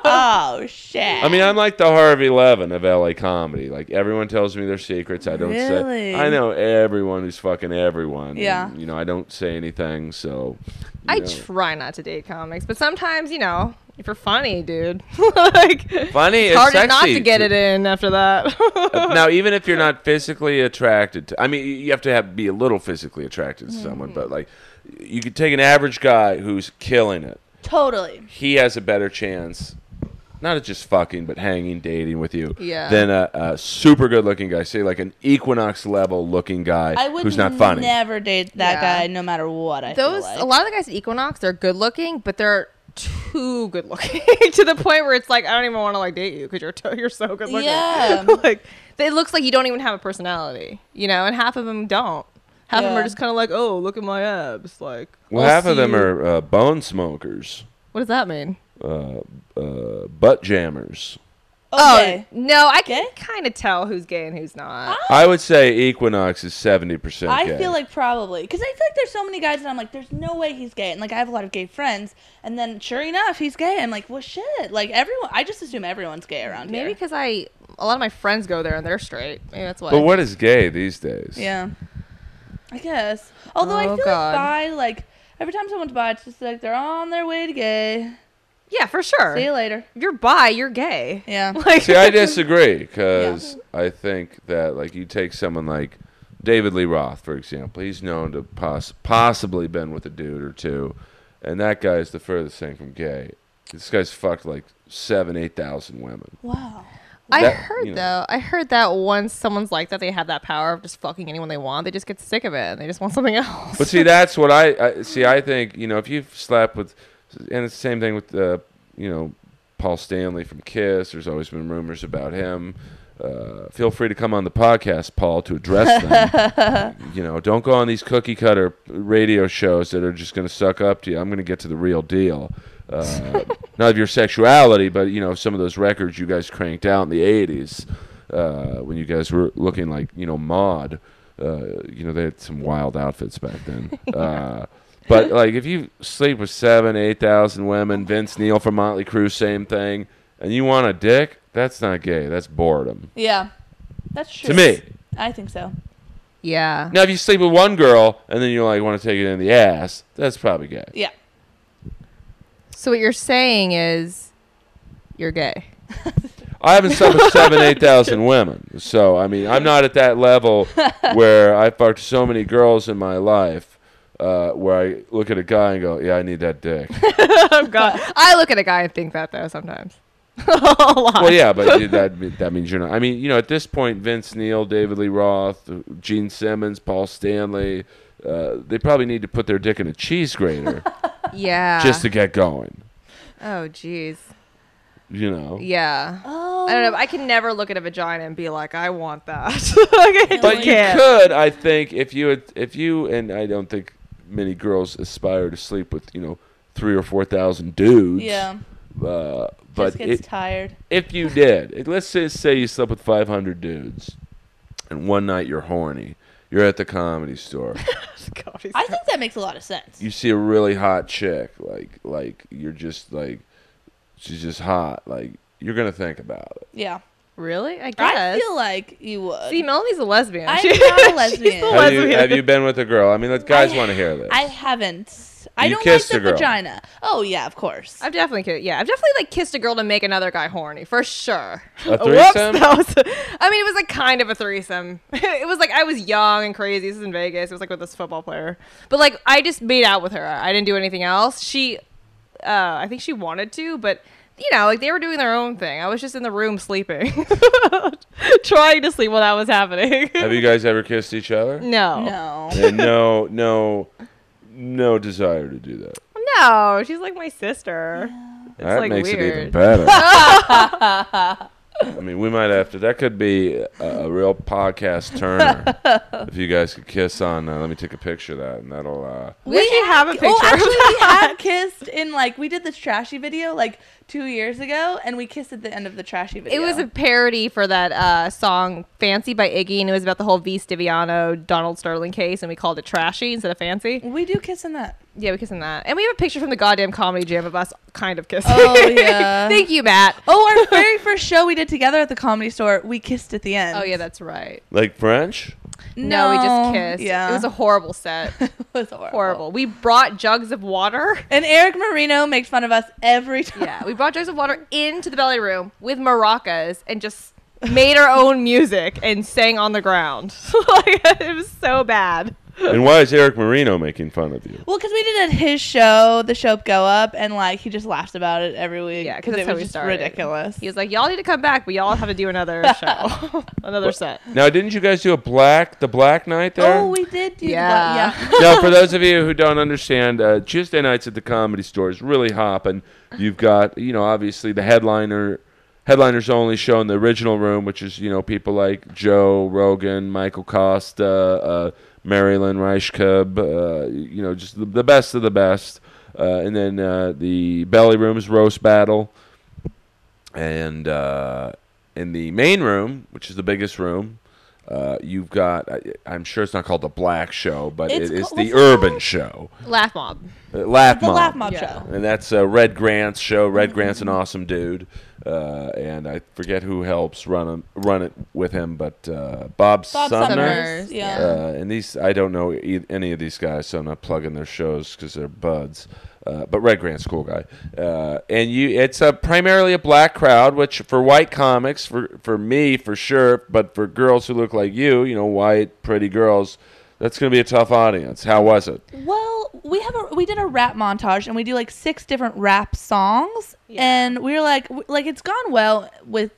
oh shit.
I mean, I'm like the Harvey Levin of LA comedy. Like everyone tells me their secrets. I don't
Really?
say. I know everyone who's fucking everyone. and,
Yeah.
you know, I don't say anything. So. you
I
know.
try not to date comics, but sometimes, you know, if you're funny, dude, like
Funny
it's
and
harder not
sexy
to get
to-
it in after that.
now, even if you're not physically attracted to, I mean, you have to have be a little physically attracted to
Mm.
someone, but like, you could take an average guy who's killing it.
totally.
He has a better chance, not just fucking, but hanging, dating with you,
Yeah.
than a, a super good looking guy, say like an Equinox level looking guy
I would
who's not funny.
never date that
Yeah.
guy no matter what I feel
Those
like.
a lot of the guys at Equinox, they're good looking, but they're too good looking to the point where it's like I don't even want to like date you because you're t- you're so good looking.
Yeah.
like it looks like you don't even have a personality, you know, and half of them don't. Half of them
Yeah.
are just kind of like, oh, look at my abs. Like,
well,
I'll
half of
see
them
you.
are uh, bone smokers,
What does that mean?
uh, uh, butt jammers.
Oh
okay.
no, I can
Gay?
kind of tell who's gay and who's not.
I would say Equinox is seventy percent.
I feel like probably because I feel like there's so many guys and I'm like, there's no way he's gay, and like I have a lot of gay friends, and then sure enough, he's gay. I'm like, well, shit. Like everyone, I just assume everyone's gay around
Maybe
here.
because I a lot of my friends go there and they're straight. Maybe that's why.
But what is gay these days?
Yeah, I guess. Although I
Oh,
feel
God.
like bi, like every time someone's bi, it's just like they're on their way to gay.
yeah, for sure.
See you later.
You're bi, you're gay.
Yeah.
Like,
See, I disagree because I think that like you take someone like David Lee Roth, for example, he's known to poss- possibly been with a dude or two, and that guy is the furthest thing from gay. This guy's fucked like seven, eight thousand women.
Wow.
I
That-
heard
you know.
though. I heard that once someone's like that, they have that power of just fucking anyone they want. They just get sick of it and they just want something else.
But see, that's what I, I see. I think you know if you've slept with, and it's the same thing with uh, you know Paul Stanley from Kiss. There's always been rumors about him. Uh, feel free to come on the podcast, Paul, to address them. you know, don't go on these cookie cutter radio shows that are just going to suck up to you. I'm going to get to the real deal. Uh, not of your sexuality, but you know some of those records you guys cranked out in the '80s uh, when you guys were looking like you know mod. Uh, you know they had some wild outfits back then. Uh, but like if you sleep with seven, eight thousand women, Vince Neil from Motley Crue, same thing, and you want a dick, that's not gay. That's boredom
Yeah, that's true.
to me.
I think so.
yeah.
Now if you sleep with one girl and then you like want to take it in the ass, that's probably gay.
Yeah.
So what you're saying is, you're gay.
I haven't slept with seven, eight thousand women, so I mean, I'm not at that level where I fucked so many girls in my life, uh, where I look at a guy and go, "Yeah, I need that dick."
oh God. I look at a guy and think that though sometimes. a lot.
well, yeah, but dude, that me- that means you're not. I mean, you know, at this point, Vince Neil, David Lee Roth, Gene Simmons, Paul Stanley, uh, they probably need to put their dick in a cheese grater
Yeah.
just to get going.
oh jeez.
You know.
Yeah.
Oh.
I don't know. I can never look at a vagina and be like, I want that. like, I
But
just
you
can't.
could, I think, if you had, if you and I don't think many girls aspire to sleep with you know three or four thousand dudes.
Yeah.
Uh,
Just
but
gets
it,
tired.
if you did, it- let's say, say you slept with 500 dudes, and one night you're horny, you're at the comedy store,
God, he's-
I think that makes a lot of sense.
you see a really hot chick, like like you're just like she's just hot, like you're gonna think about it.
Yeah.
really? I guess.
I feel like you would.
See, Melanie's a lesbian.
I'm
She-
not a lesbian.
the
Have you,
Lesbian.
have you been with a girl? I mean, let guys want to hear this.
I haven't. I
You
don't like
kissed
the
a girl.
vagina. Oh yeah, of course.
I've definitely kissed. Yeah, I've definitely like kissed a girl to make another guy horny for sure.
A
Whoops,
threesome?
that was. I mean, it was like kind of a threesome. it was like I was young and crazy. This is in Vegas. It was like with this football player, but like I just made out with her. I didn't do anything else. She, uh, I think she wanted to, but you know, like they were doing their own thing. I was just in the room sleeping, trying to sleep while that was happening.
have you guys ever kissed each other?
No.
no.
and no, no, no desire to do that.
No, she's like my sister.
that
like,
makes it even
weird.
better. I mean, we might have to. That could be a, a real podcast turner. if you guys could kiss on, uh, let me take a picture of that, and that'll. Uh,
We actually have a
had-
picture
Oh,
of
actually, we
that.
had kissed in like we did this trashy video like two years ago, and we kissed at the end of the trashy video.
It was a parody for that uh, song "Fancy" by Iggy, and it was about the whole V. Stiviano Donald Sterling case, and we called it "Trashy" instead of "Fancy."
we do kiss in that.
Yeah, we kissing that, and we have a picture from the goddamn comedy jam of us kind of kissing.
Oh, yeah.
Thank you, Matt.
Oh, our very first show we did together at the comedy store, we kissed at the end.
Oh yeah, that's right.
like French?
No, we just kissed.
Yeah,
it was a horrible set.
it was horrible.
horrible. We brought jugs of water.
And Eric Marino makes fun of us every time.
Yeah, we brought jugs of water into the belly room with maracas and just made our own music and sang on the ground. like, it was so bad.
And why is Eric Marino making fun of you?
Well, because we did it at his show, the show go up, and like he just laughs about it every week.
Yeah, because that's
it was
how we
just
started.
ridiculous.
He was like, "Y'all need to come back, but y'all have to do another show, another set."
Now, didn't you guys do a black, the black night there?
oh, we did do
Yeah.
that. Yeah.
now, for those of you who don't understand, uh, Tuesday nights at the Comedy Store is really hopping. You've got, you know, obviously the headliner, headliners only show in the original room, which is, you know, people like Joe Rogan, Michael Costa, uh, Marilyn Reichkub, uh, you know, just the, the best of the best. Uh, and then uh, the belly room is roast battle, and uh, in the main room, which is the biggest room. Uh, you've got, I, I'm sure it's not called the Black Show, but
It's
it is the
ca- what's it
Urban
called?
Show,
Laugh mob.
uh, Laugh
The
Mob.
Laugh Mob Mm-hmm.
Yeah.
show.
And that's uh, Red Grant's show. Red Grant's an awesome dude, uh, and I forget who helps run him, run it with him, but uh, Bob,
Bob
Sumner.
Summers.
Summers,
Yeah.
Uh, and these, I don't know e- any of these guys, so I'm not plugging their shows because they're buds. Uh, but Red Grant's a cool guy, uh, and you. It's a primarily a black crowd, which for white comics, for for me for sure, but for girls who look like you, you know, white pretty girls, that's going to be a tough audience. How was it?
Well, we have a we did a rap montage and we do like six different rap songs
Yeah.
and we were like w- like it's gone well with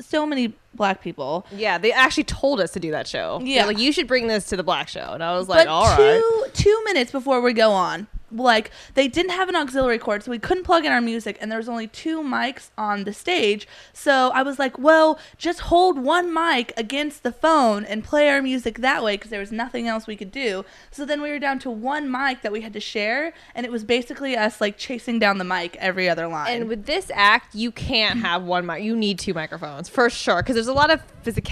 so many black people.
Yeah, they actually told us to do that show. They're
Yeah.
like you should bring this to the black show, and I was like,
but
"All right."
two two minutes before we go on, like they didn't have an auxiliary cord, so we couldn't plug in our music, and there was only two mics on the stage. So I was like, well, just hold one mic against the phone and play our music that way, because there was nothing else we could do. So then we were down to one mic that we had to share, and it was basically us like chasing down the mic every other line.
And with this act, you can't have one mic. You need two microphones for sure, because there's a lot of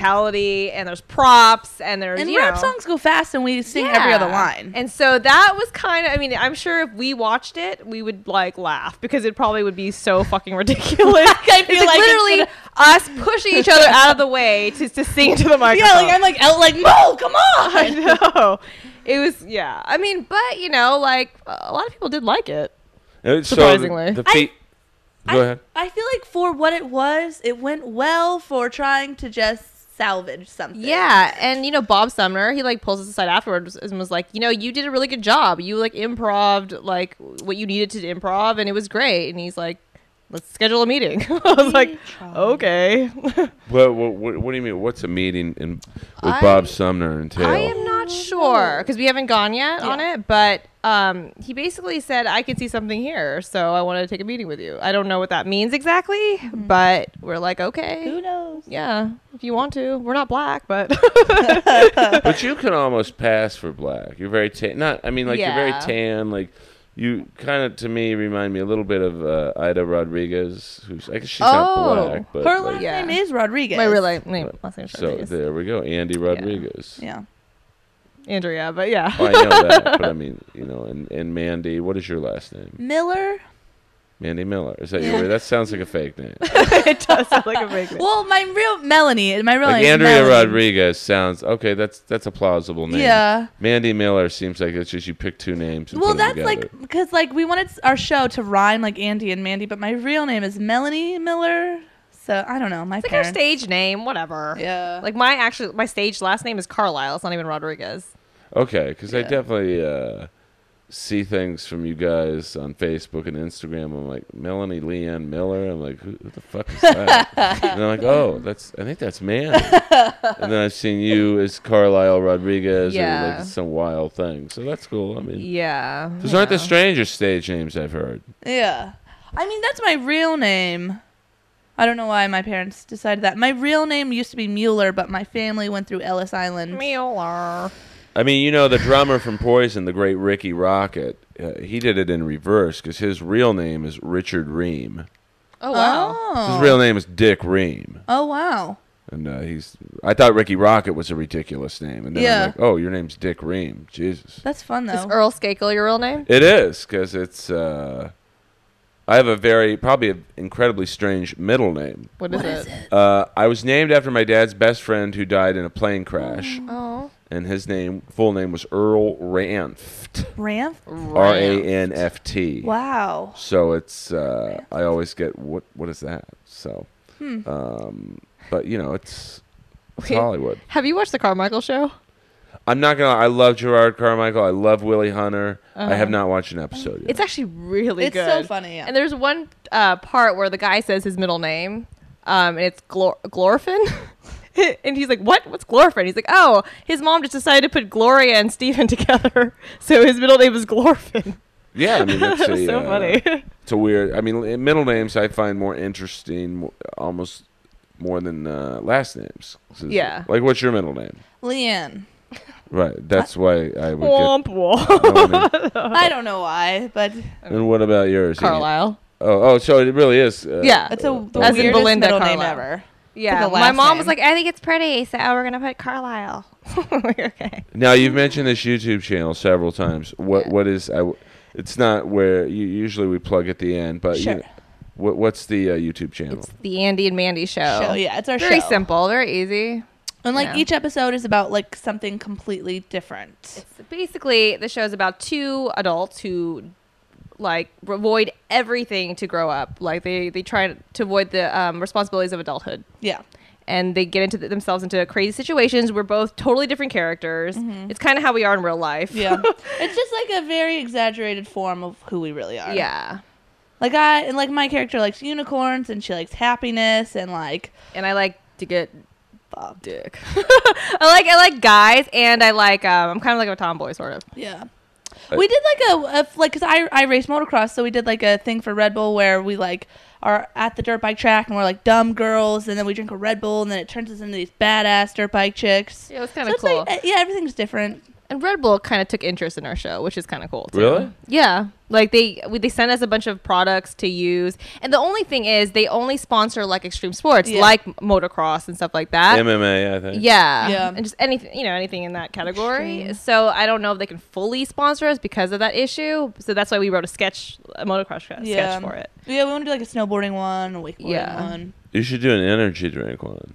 physicality and there's props and there's
and
you
rap
know-
songs go fast, and we sing every other
Yeah.
line.
And so that was kind of. I mean, I'm sure if we watched it, we would like laugh because it probably would be so fucking ridiculous.
I feel
it's like
like it's
literally
gonna-
us pushing each other out of the way to, to sing into the microphone.
yeah, like I'm like out, like Mo, come
I
on.
know. It was yeah. I mean, but you know, like a lot of people did like it.
Uh, so the-
Surprisingly.
the
I-
feet. go
I,
ahead.
I feel like for what it was, it went well for trying to just salvage something.
Yeah, and you know Bob Sumner, he like pulls us aside afterwards and was like, you know, you did a really good job. You like improved like what you needed to improv, and it was great. And he's like, let's schedule a meeting. I was like, okay.
Well, what, what, what do you mean? What's a meeting in, with
I-
Bob Sumner entail?
I am not sure because we haven't gone yet on
Oh Yeah.
it, but um, he basically said I can see something here, so I wanted to take a meeting with you. I don't know what that means exactly, but we're like,
Mm-hmm. Who
okay.
knows?
Yeah, if you want to. We're not black, but
but you can almost pass for black. You're very tan. Not, I mean, like you're
Yeah.
very tan. Like you kind of to me remind me a little bit of uh, Ida Rodriguez, who's I guess she's
Oh.
not black, but
Her
like-
last
Yeah.
name is Rodriguez.
my real life name, last name is
So
Rodriguez.
there we go, Andy Rodriguez.
Yeah.
Andrea, but yeah.
Oh, I know that, but I mean, you know, and, and Mandy, what is your last name?
Miller.
Mandy Miller. Is that your? That sounds like a fake name.
it does sound like a fake name.
Well, my real Melanie. My real
Like
name is
Andrea
Melanie.
Rodriguez sounds okay. That's that's a plausible name.
Yeah.
Mandy Miller seems like it's just you pick two names. And
Well,
put 'em
that's like
together.
because like we wanted s- our show to rhyme like Andy and Mandy, but my real name is Melanie Miller. So I don't know. My
It's like our
parents.
stage name, whatever.
Yeah.
Like my actual my stage last name is Carlisle. It's not even Rodriguez.
okay, because I
Yeah.
definitely uh, see things from you guys on Facebook and Instagram. I'm like Melanie Leanne Miller. I'm like, who, who the fuck is that? and I'm like, oh, that's I think that's Mandy. and then I've seen you as Carlisle Rodriguez or
Yeah.
like some wild thing. So that's cool. I mean,
Yeah.
those aren't the strangest stage names I've heard.
yeah. I mean, that's my real name. I don't know why my parents decided that. My real name used to be Mueller, but my family went through Ellis Island.
Mueller.
I mean, you know, the drummer from Poison, the great Ricky Rocket, uh, he did it in reverse because his real name is Richard Ream.
Oh
Oh.
His real name is Dick Ream,
Oh wow.
and uh, he's. I thought Ricky Rocket was a ridiculous name, and then
Yeah.
I'm like, oh, your name's Dick Ream. Jesus,
That's fun
Is
though.
Earl Skakel your real name?
it is because it's. Uh, I have a very probably an incredibly strange middle name.
what is, it?
Uh, I was named after my dad's best friend who died in a plane crash,
Mm.
Oh,
and his name full name was Earl Ranft,
Ramp.
R A N F T.
Wow.
So it's uh, I always get what what is that? So,
Hmm.
um, but you know it's, it's
Wait.
Hollywood.
have you watched the Carmichael show?
I'm not gonna. I love Gerard Carmichael. I love Willie Hunter. I have not watched an episode yet.
Uh-huh. It's actually really
It's
good.
so funny, yeah.
And there's one uh, part where the guy says his middle name, um, and it's Glor- Glorfin. and he's like, "What? What's Glorfin?" He's like, "Oh, his mom just decided to put Gloria and Stephen together, so his middle name is Glorfin."
yeah, I mean that's
that was
a,
so
uh,
funny.
It's a weird. I mean l- middle names I find more interesting, mo- almost more than uh, last names. 'Cause it's-
Yeah.
Like what's your middle name?
Leanne.
Right. That's why I would
womp womp.
get. no one in-
I don't know why, but
and what about yours? Ian?
Carlisle.
Oh, oh, so it really is. Uh,
Yeah.
it's a the
As in
weirdest
Belinda
middle name
Carlisle.
ever.
Yeah,
the
my
last
mom
name.
was like, "I think it's pretty, so we're gonna put Carlisle." Like, okay.
Now you've mentioned this YouTube channel several times. What what is I? w- It's not where you usually we plug at the end, but you
Sure.
know, what what's the uh, YouTube channel?
It's the Andy and Mandy
Oh.
show.
Show, yeah, it's our
Very
show.
simple, very easy.
And like
Yeah.
each episode is about like something completely different.
So basically, the show's about two adults who like avoid everything to grow up. Like they they try to avoid the um, responsibilities of adulthood,
Yeah.
and they get into th- themselves into crazy situations. We're both totally different characters. It's kind of how we are in real life.
Yeah. it's just like a very exaggerated form of who we really are.
yeah.
Like I and like my character likes unicorns and she likes happiness and like
And I like to get Bob Dick. I like I like guys, and I like um, I'm kind of like a tomboy sort of.
yeah.
I-
we did like a, a like cuz I I race motocross so we did like a thing for Red Bull where we like are at the dirt bike track and we're like dumb girls and then we drink a Red Bull and then it turns us into these badass dirt bike chicks.
Yeah, it was
So
kind of
it's
cool.
like, uh, yeah, everything's different.
and Red Bull kind of took interest in our show, which is kind of cool. Too.
Really?
Yeah. Like they we- they sent us a bunch of products to use, and the only thing is they only sponsor like extreme sports,
Yeah.
like motocross and stuff like that.
MMA, I think.
yeah.
Yeah.
and just anything you know anything in that category.
Extreme.
So I don't know if they can fully sponsor us because of that issue. So that's why we wrote a sketch, a motocross sh-
Yeah.
sketch for it.
Yeah, we want to do like a snowboarding one, a wakeboarding
Yeah.
one.
You should do an energy drink one.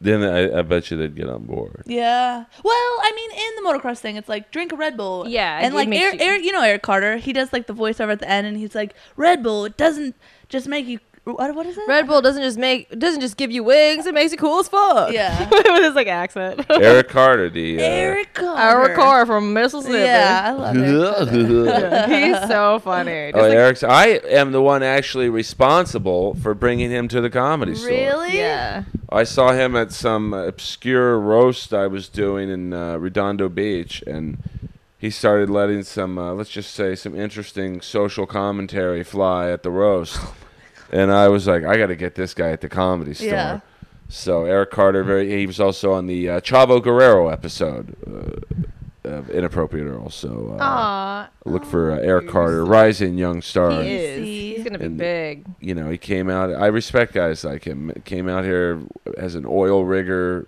Then I, I bet you they'd get on board.
Yeah. Well, I mean, in the motocross thing, it's like drink a Red Bull.
Yeah,
And
it
like
makes
Eric,
you-
Eric- you know Eric Carter, he does like the voiceover at the end, and he's like, Red Bull. It doesn't just make you. What, what is it?
Red Bull doesn't just make doesn't just give you wings; it makes you cool as fuck.
Yeah.
with his like accent.
Eric Carter, the uh,
Eric Carter.
Our car from Mississippi.
Yeah, I love it.
oh,
he's so funny. Just, like,
Eric's. I am the one actually responsible for bringing him to the comedy store.
Really?
yeah.
I saw him at some obscure roast I was doing in uh, Redondo Beach, and he started letting some, uh, let's just say, some interesting social commentary fly at the roast.
Oh
and I was like, I got to get this guy at the comedy store.
Yeah.
So Eric Carter, very he was also on the uh, Chavo Guerrero episode uh, of Inappropriate Earl. So uh,
Aw,
look for uh, Eric Carter, rising young star.
he
on
is.
see.
He's gonna be
And-
big.
you know, he came out. I respect guys like him. Came out here as an oil rigger.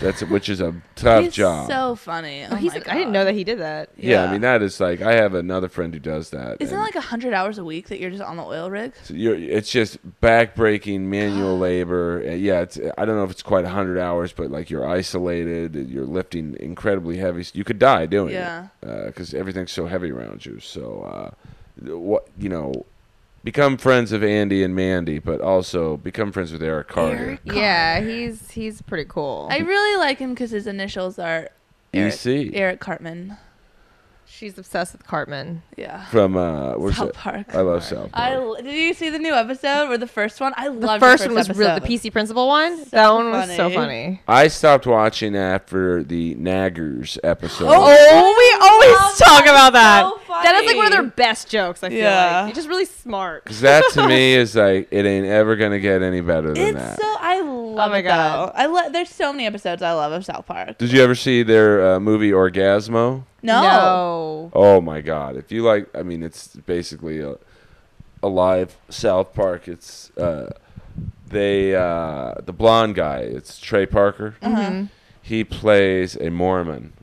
That's which is a tough
He's
job.
so funny. Oh
he's.
my
I didn't know
God.
that he did that.
yeah. I
yeah.
mean that is like I have another friend who does that.
Isn't it
and
like 100 hours a week that you're just on the oil rig?
so you're- it's just backbreaking manual labor. Uh, Yeah, it's I don't know if it's quite hundred hours, but like you're isolated. and You're lifting incredibly heavy. s- You could die doing
Yeah.
it because everything's so heavy around you. So uh, what you know. Become friends of Andy and Mandy, but also become friends with Eric Carter.
Eric
Yeah, he's he's pretty cool.
I really like him because his initials are Eric,
EC.
Eric Cartman.
She's obsessed with Cartman.
Yeah.
from uh where's
South
it?
Park.
I love South Park.
I l- did you see the new episode or the first one? I love
The first one was real. The PC principal one. that one was so
funny.
funny.
I stopped watching after the Naggers episode.
Oh, we always talk about that.
so funny.
that is like one of their best jokes. I feel
Yeah.
like it's just really smart.
'Cause that to me is like it ain't ever gonna get any better than
It's
that.
so I love
Oh my
it
God.
though. I love. There's so many episodes I love of South Park.
Did you ever see their uh, movie Orgasmo?
No,
No.
Oh my god! If you like, I mean, it's basically a, a live South Park. It's uh, they uh, the blonde guy. It's Trey Parker.
Uh-huh.
Uh-huh. Mm-hmm.
He plays a Mormon,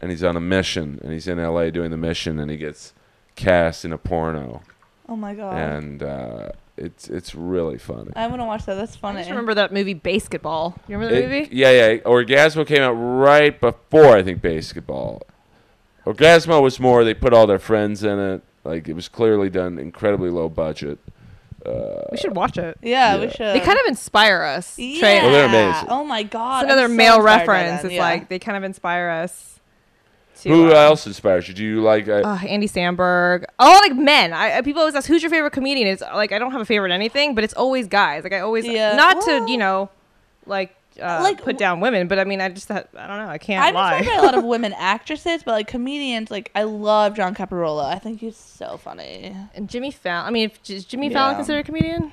and he's on a mission, and he's in L.A. doing the mission, and he gets cast in a porno,
oh my god,
and uh, it's it's really funny.
I want to watch that. That's
I
funny.
just remember that movie Basketball. You remember the
It-
movie?
yeah, yeah. Orgasmo came out right before I think basketball. Orgasmo was more they put all their friends in it. Like it was clearly done incredibly low budget. Uh,
We should watch it.
yeah, we
Yeah.
should.
They kind of inspire us.
yeah.
Trey.
Well,
It's
they're amazing.
Oh my god,
another
I'm so
male
inspired by
reference.
them,
It's
yeah.
like they kind of inspire us. To,
who
uh,
else inspires you? Do you like? Uh,
Ugh, Andy Samberg. Oh, like men. I, I- people always ask who's your favorite comedian. It's like I don't have a favorite anything, but it's always guys. Like I always
Yeah.
not
Well-
to you know, like uh,
Like,
put
w-
down women, but I mean I just thought- I don't know I can't
I'm
lie.
inspired by a lot of women actresses, but like comedians, like I love John Caparola. I think he's so funny.
and Jimmy Fallon. I mean, if, is Jimmy Fallon
Yeah.
considered a comedian?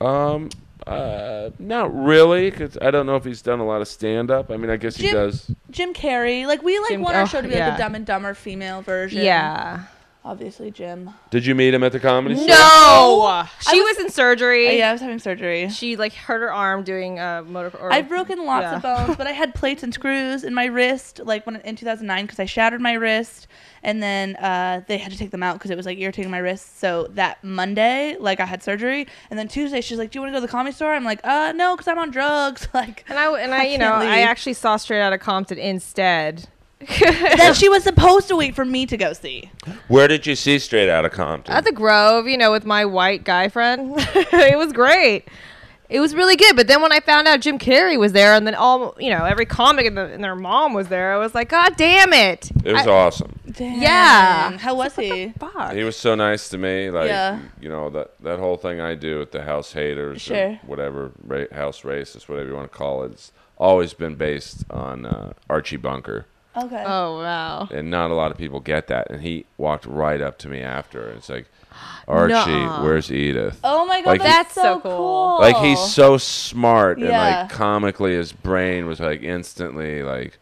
um, uh, not really, 'cause I don't know if he's done a lot of stand up. I mean, I guess he
Jim-
does.
Jim Carrey, like we like
Jim-
want our
oh,
show to be like
yeah.
a Dumb and Dumber female version.
Yeah.
obviously Jim.
Did you meet him at the comedy?
No,
store?
she
Oh, I
was, in surgery.
Uh, yeah, I was having surgery.
She like hurt her arm doing uh, motor. Or,
I've broken lots
yeah.
of bones, but I had plates and screws in my wrist, like when in 2009, because I shattered my wrist, and then uh, they had to take them out because it was like irritating my wrist. So that Monday, like I had surgery, and then Tuesday she's like, "Do you want to go to the comedy store?" I'm like, "Uh, no, because I'm on drugs." Like
And I and I,
I
you
can't
know, I
leave.
actually saw Straight Outta Compton instead.
that she was supposed to wait for me to go see.
Where did you see Straight Outta Compton?
at the Grove, you know, with my white guy friend. it was great. It was really good. But then when I found out Jim Carrey was there, and then all you know, every comic and, the, and their mom was there, I was like, God damn it!
it was
I-
awesome.
Damn.
Yeah.
How was he?
Fuck.
He was so nice to me. Like
Yeah.
you know that that whole thing I do with the house haters, and
Sure.
whatever ra- house racists, whatever you want to call it, it's always been based on uh, Archie Bunker,
Okay.
Oh wow.
and not a lot of people get that. And he walked right up to me after, and it's like, Archie,
Nuh-uh.
where's Edith?
oh my god,
Like,
That's
that's
so
so
cool.
cool.
Like he's so smart, and
Yeah.
like comically, his brain was like instantly like,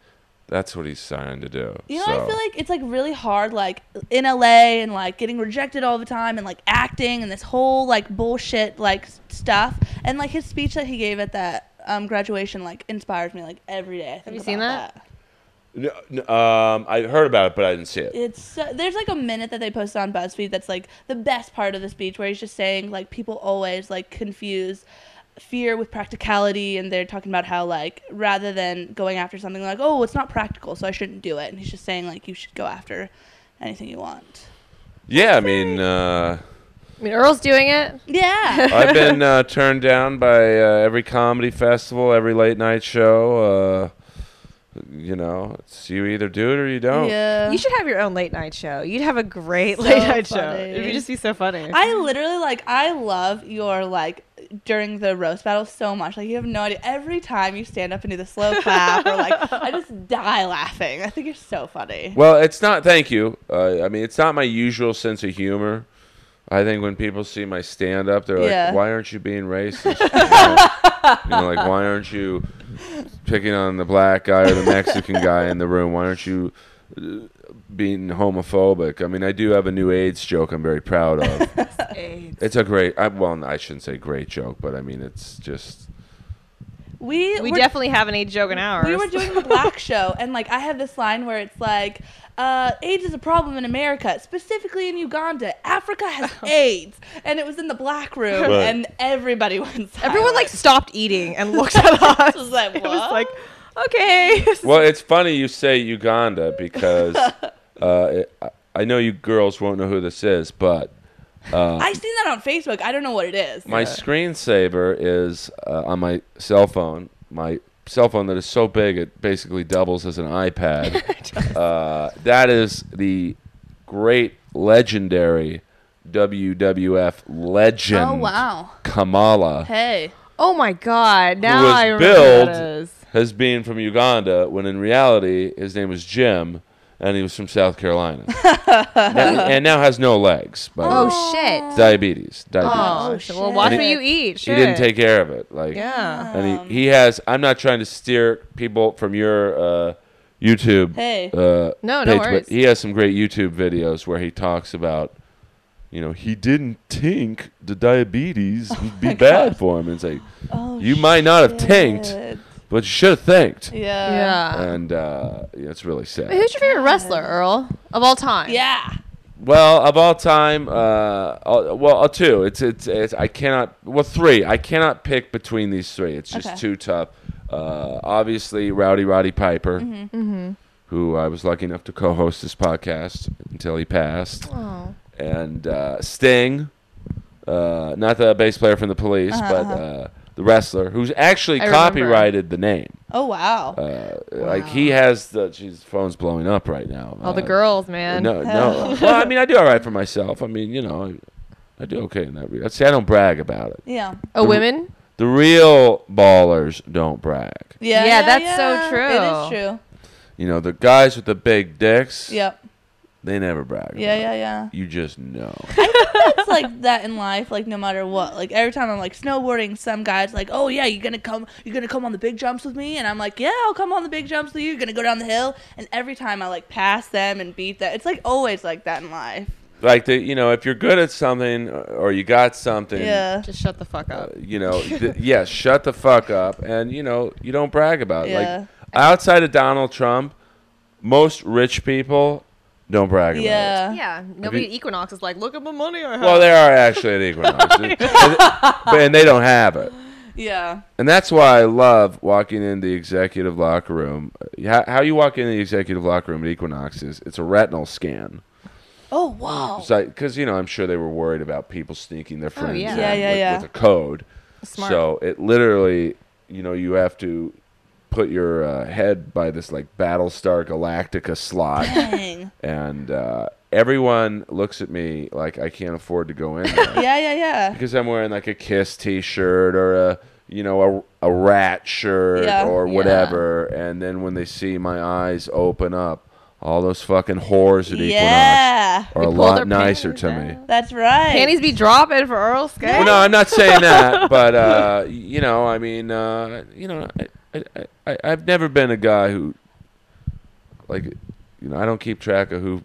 that's what he's trying to do.
You know,
so.
I feel like it's like really hard, like in LA and like getting rejected all the time and like acting and this whole like bullshit like s- stuff. And like his speech that he gave at that um, graduation like inspires me like every day. I think
you seen
about that?
No, no, um, I heard about it, but I didn't see it.
It's so, there's like a minute that they posted on BuzzFeed that's like the best part of the speech where he's just saying like people always like confuse fear with practicality and they're talking about how like rather than going after something like oh it's not practical so I shouldn't do it and he's just saying like you should go after anything you want.
Yeah, I mean. Uh,
I mean, Earl's doing it.
Yeah.
I've been uh, turned down by uh, every comedy festival, every late night show. Uh, you know, it's you either do it or you don't.
Yeah.
You should have your own late night show. You'd have a great
So
late night show.
funny.
It would just be so funny.
I literally like I love your like during the roast battle so much. Like you have no idea. Every time you stand up and do the slow clap or like I just die laughing. I think you're so funny.
Well, it's not. Thank you. Uh, I mean, it's not my usual sense of humor. I think when people see my stand up, they're
Yeah.
like, "Why aren't you being racist?" you, know? You know, like, "Why aren't you picking on the black guy or the Mexican guy in the room? Why aren't you uh, being homophobic?" I mean, I do have a new AIDS joke. I'm very proud of. It's a great. I, well, I shouldn't say great joke, but I mean, it's just.
We
we
were-
definitely have an eight joke an hour.
we were doing the black show and like I have this line where it's like uh, AIDS is a problem in America, specifically in Uganda. Africa has AIDS, and it was in the black room,
Right.
and everybody went. Silent.
Everyone like stopped eating and looked at us.
was like,
It was
"What?"
like, okay.
Well, it's funny you say Uganda because uh, it, I- I know you girls won't know who this is, but
I seen that on Facebook. I don't know what it is.
Uh. my screensaver is uh, on my cell phone. My cell phone that is so big it basically doubles as an iPad. uh, that is the great legendary WWF legend.
Oh, wow.
Kamala.
hey.
Oh my god! Now
was
I remember who that
billed
is.
as being from Uganda, when in reality his name was Jim, and he was from South Carolina, and, and now has no legs. But
Oh, shit.
diabetes, diabetes.
Oh,
Oh,
shit. well, watch
shit.
what you eat.
he
Shit.
didn't take care of it. Like
Yeah.
and he,
Um,
he has. I'm not trying to steer people from your uh, YouTube
Hey.
uh,
No, no
page,
worries.
but he has some great YouTube videos where he talks about, you know, he didn't think the diabetes would be bad for him. And it's like,
Oh,
you might not have tanked,
shit.
but you should have thanked.
Yeah.
Yeah.
And uh, yeah, it's really sad.
Who's your favorite wrestler, Earl, of all time?
Yeah.
Well, of all time, uh, all- well, uh, two. It's, it's it's I cannot. Well, three. I cannot pick between these three. It's just
Okay.
too tough. Uh, obviously, Rowdy Roddy Piper,
Mm-hmm.
who I was lucky enough to co-host this podcast until he passed,
Oh.
and uh, Sting, uh, not the bass player from the Police, but uh, the wrestler who's actually
Uh-huh, I remember.
copyrighted the name.
Oh wow.
Uh, Like he has the. Geez, phone's blowing up right now.
All the
Uh,
girls, man.
no, no. well, I mean, I do all right for myself. I mean, you know, I, I do okay in that. Re- See, I don't brag about it.
yeah.
Oh, women?
The real ballers don't brag.
Yeah.
Yeah, that's so
It is true.
You know, the guys with the big dicks,
Yep.
they never brag.
Yeah,
about
yeah, yeah.
it. You just know.
It's like that in life, like no matter what. Like every time I'm like snowboarding, some guys like, "Oh yeah, you're gonna come, you're gonna come on the big jumps with me," and I'm like, "Yeah, I'll come on the big jumps with you. You're gonna go down the hill." And every time I like pass them and beat them. It's like always like that in life.
Like the, you know, if you're good at something or you got something,
Yeah.
Just shut the fuck
uh,
up.
you know, th- yeah, shut the fuck up, and you know, you don't brag about it.
Yeah.
Like outside of Donald Trump, most rich people don't brag about it.
Yeah.
Yeah. Nobody
you-
at Equinox is like, look at the money I have.
Well, they are actually at Equinox, and, and they don't have it.
Yeah.
And that's why I love walking in the executive locker room. How, how you walk in the executive locker room at Equinox is it's a retinal scan.
Oh wow.
Because you know I'm sure they were worried about people sneaking their friends
Oh, yeah.
in
Yeah, yeah,
with,
yeah.
with a code.
Smart.
So it literally, you know, you have to put your uh, head by this like Battlestar Galactica slot,
Dang.
and uh, everyone looks at me like I can't afford to go in. There.
Yeah, yeah, yeah.
because I'm wearing like a Kiss T-shirt or a you know a, a Rat shirt
Yeah.
or
Yeah.
whatever, and then when they see my eyes open up, all those fucking whores at
Yeah.
Equinox are a
pull their
lot nicer
panties
to me.
out.
That's right.
Panties be dropping for Earl Skate.
Well, no, I'm not saying that, but uh, you know, I mean, uh, you know, I, I, I, I've never been a guy who, like, you know, I don't keep track of who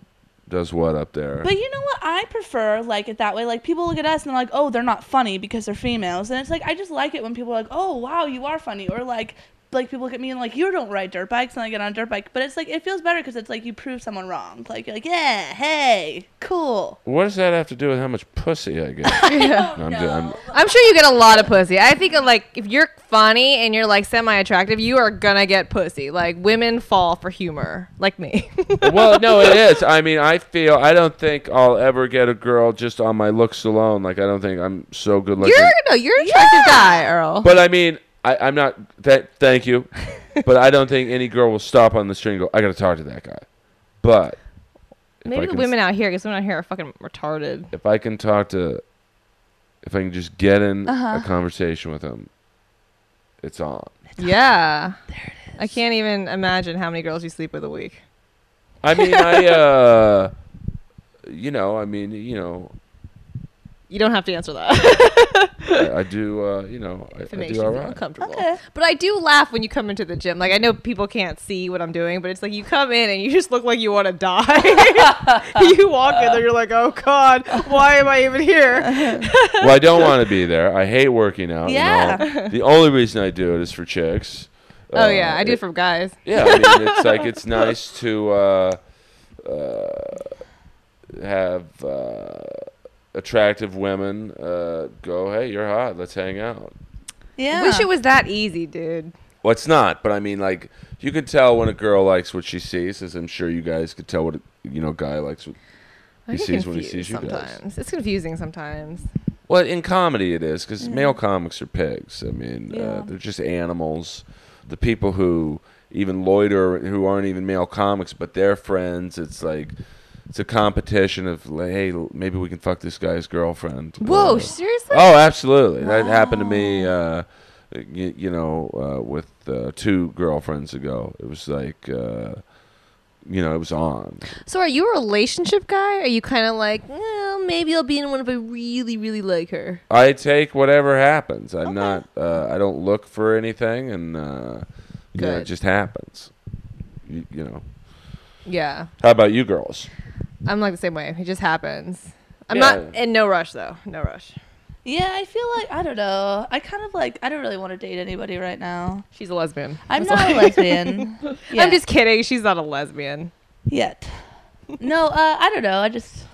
does what up there.
But you know what? I prefer like it that way. Like people look at us and they're like, "Oh, they're not funny because they're females," and it's like I just like it when people are like, "Oh, wow, you are funny," or like like people look at me and like, "You don't ride dirt bikes," and I get on a dirt bike. But it's like it feels better because it's like you prove someone wrong. Like you're like, "Yeah, hey, cool."
what does that have to do with how much pussy I get? I'm, I'm,
I'm sure you get a lot of pussy. I think of, like if you're funny and you're like semi-attractive, you are gonna get pussy. Like women fall for humor, like me.
well, no, it is. I mean, I feel I don't think I'll ever get a girl just on my looks alone. Like I don't think I'm so good looking.
you're no, you're an attractive guy, Earl.
but I mean, I, I'm not. That thank you, but I don't think any girl will stop on the street and go, "I got to talk to that guy." But if I
Maybe the
can-
women out here, because women out here are fucking retarded.
if I can talk to, if I can just get in a conversation with him, it's on.
Yeah. I can't even imagine how many girls you sleep with a week.
I mean, I, uh, you know, I mean, you know,
You don't have to answer that.
I, I do, uh, you know, I, I
it makes
do
you
all
feel
right.
uncomfortable.
Okay.
But I do laugh when you come into the gym. Like I know people can't see what I'm doing, but it's like you come in and you just look like you want to die. you walk in there, you're like, oh god, why am I even here?
well, I don't want to be there. I hate working out. you
Yeah.
know. The only reason I do it is for chicks.
oh
Uh,
yeah, I do
it-
it from guys.
yeah, I mean, it's like it's nice to uh, uh, have uh, attractive women uh, go, "Hey, you're hot. Let's hang out."
Yeah.
Wish it was that easy, dude.
Well, it's not, but I mean, like you can tell when a girl likes what she sees, as I'm sure you guys could tell what a, you know, guy likes. What,
I
He
get
sees what he
confused
sees, you guys.
sometimes. It's confusing sometimes.
Well, in comedy, it is because male comics are pigs. I mean,
Yeah.
uh, they're just animals. The people who even loiter, who aren't even male comics, but they're friends. It's like it's a competition of like, hey, l- maybe we can fuck this guy's girlfriend.
Whoa,
Uh,
seriously?
oh, absolutely. That happened to me. Uh, you, you know, uh, with uh, two girlfriends ago, it was like. Uh, you know, it was on.
So are you a relationship guy? Are you kind of like, well, maybe I'll be in one if I really, really like her.
I take whatever happens. I'm not. Uh, I don't look for anything, and uh, you know, it
Good.
just happens. You, you know.
Yeah,
How about you girls?
I'm like the same way. It just happens. I'm not
Yeah.
in no rush though. No rush.
Yeah, I feel like I don't know. I kind of like I don't really want to date anybody right now.
She's a lesbian.
I'm
That's
not a
why.
lesbian. Yeah.
I'm just kidding. She's not a lesbian.
yet. No, uh, I don't know. I just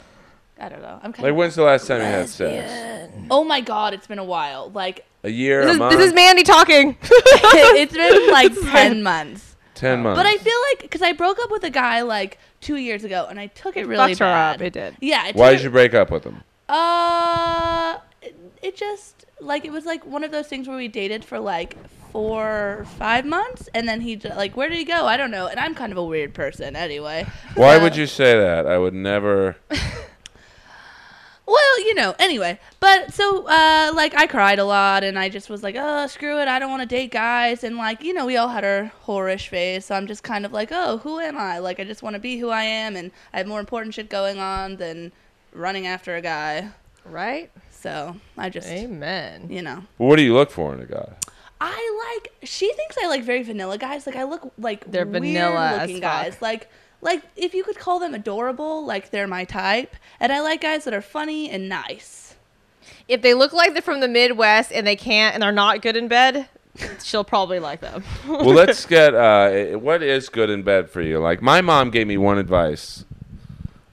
I don't know. I'm kind
Like,
of
when's the last time you had sex?
Oh my god, it's been a while. Like
A year,
This
a
is,
month,
this is Mandy talking.
it's been like 10 months.
ten months.
But I feel like because I broke up with a guy like two years ago, and I took it really
Fucked her
bad.
up. It did.
Yeah. I
Why
took
did
it-
you break up with him?
Uh, it, it just like it was like one of those things where we dated for like four or five months, and then he just, like, where did he go? I don't know. And I'm kind of a weird person anyway.
Why
So-
would you say that? I would never.
Well, you know, anyway. But so, uh, like, I cried a lot and I just was like, oh, screw it. I don't want to date guys. And, like, you know, we all had our whorish phase. So I'm just kind of like, oh, who am I? Like, I just want to be who I am. And I have more important shit going on than running after a guy.
Right?
So I just,
Amen.
you know.
What do you look for in a guy?
I like, she thinks I like very vanilla guys. Like, I look like
They're
weird
vanilla as
looking
fuck.
guys. Like, like if you could call them adorable, like they're my type. And I like guys that are funny and nice.
If they look like they're from the Midwest and they can't and they're not good in bed, she'll probably like them.
well, let's get uh, what is good in bed for you. Like my mom gave me one advice,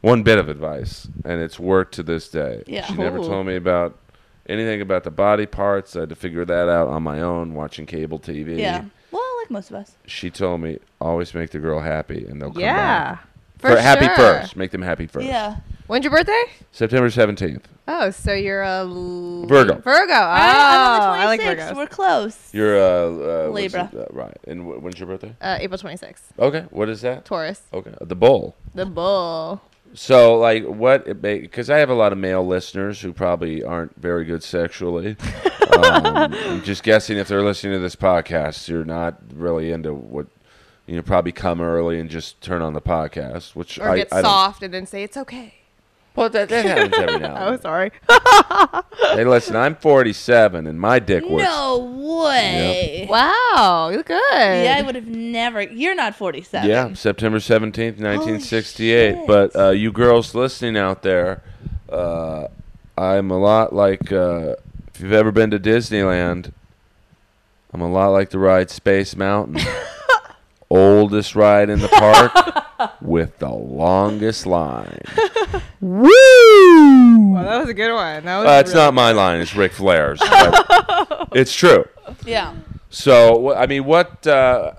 one bit of advice, and it's worked to this day.
Yeah.
She never
Ooh.
told me about anything about the body parts. I had to figure that out on my own, watching cable TV.
Yeah. Well, like most of us.
She told me always make the girl happy, and they'll come
yeah.
back.
For,
For- happy
sure.
first, make them happy first.
Yeah.
When's your birthday?
September seventeenth.
Oh, so you're a l-
Virgo.
Virgo. Oh,
I,
I
I'm on
like
the 26th.
Virgos.
We're close.
You're uh, uh what's
Libra.
it, uh, right? And wh- when's your birthday?
Uh, April 26th.
Okay, what is that?
Taurus.
Okay, the bowl.
The bull.
So, like, what? Because I have a lot of male listeners who probably aren't very good sexually. um, I'm just guessing if they're listening to this podcast, you're not really into what you know. Probably come early and just turn on the podcast, which
Or
I,
get
I don't.
soft and then say it's okay.
Well, that, that happens every now.
Oh,
and
sorry.
then. Hey, listen, I'm 47 and my dick works.
No way.
wow, you look good.
Yeah, I would have never. You're not 47.
Yeah, September 17th, 1968.
shit.
But uh, you girls listening out there, uh, I'm a lot like, uh, if you've ever been to Disneyland, I'm a lot like the ride Space Mountain. Oldest ride in the park with the longest line.
Well, Oh, that was a good one. That was
Uh, it's not my line, it's Ric Flair's. but it's true.
Yeah.
So, wh- I mean, what, uh,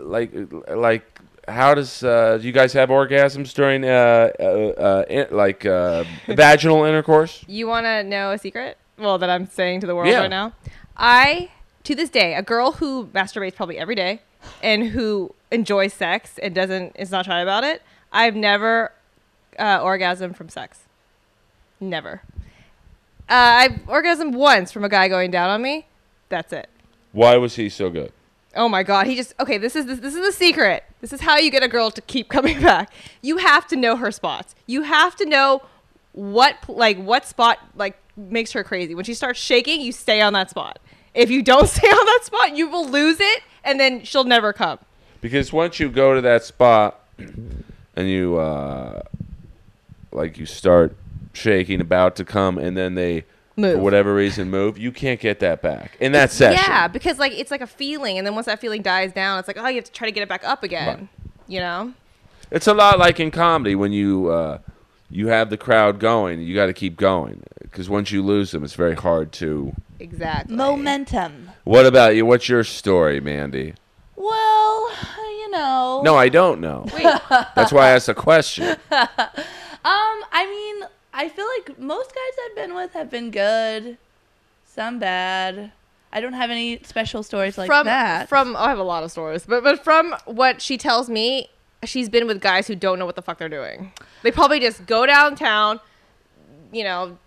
like, like, how does uh, do you guys have orgasms during, uh, uh, uh, in, like, uh, vaginal intercourse?
You want to know a secret? Well, that I'm saying to the world
Yeah.
right now. I, to this day, a girl who masturbates probably every day and who enjoys sex and doesn't is not shy about it. I've never uh, orgasmed from sex. Never. Uh, I've orgasmed once from a guy going down on me. That's it.
Why was he so good?
Oh my god, he just okay. This is this, this is the secret. This is how you get a girl to keep coming back. You have to know her spots. You have to know what pl- like what spot like makes her crazy. When she starts shaking, you stay on that spot. If you don't stay on that spot, you will lose it, and then she'll never come.
Because once you go to that spot and you, uh, like, you start shaking, about to come, and then they,
Move.
for whatever reason, move, you can't get that back in that session.
Yeah, because like it's like a feeling, and then once that feeling dies down, it's like oh, you have to try to get it back up again.
Right.
You know?
It's a lot like in comedy when you uh, you have the crowd going, you got to keep going because once you lose them, it's very hard to.
Exactly.
Momentum.
What about you? What's your story, Mandy?
Well, you know.
No, I don't know.
Wait.
That's why I asked the question.
Um, I mean, I feel like most guys I've been with have been good, some bad. I don't have any special stories like
from
that.
from oh, I have a lot of stories, but but from what she tells me, she's been with guys who don't know what the fuck they're doing. They probably just go downtown, you know,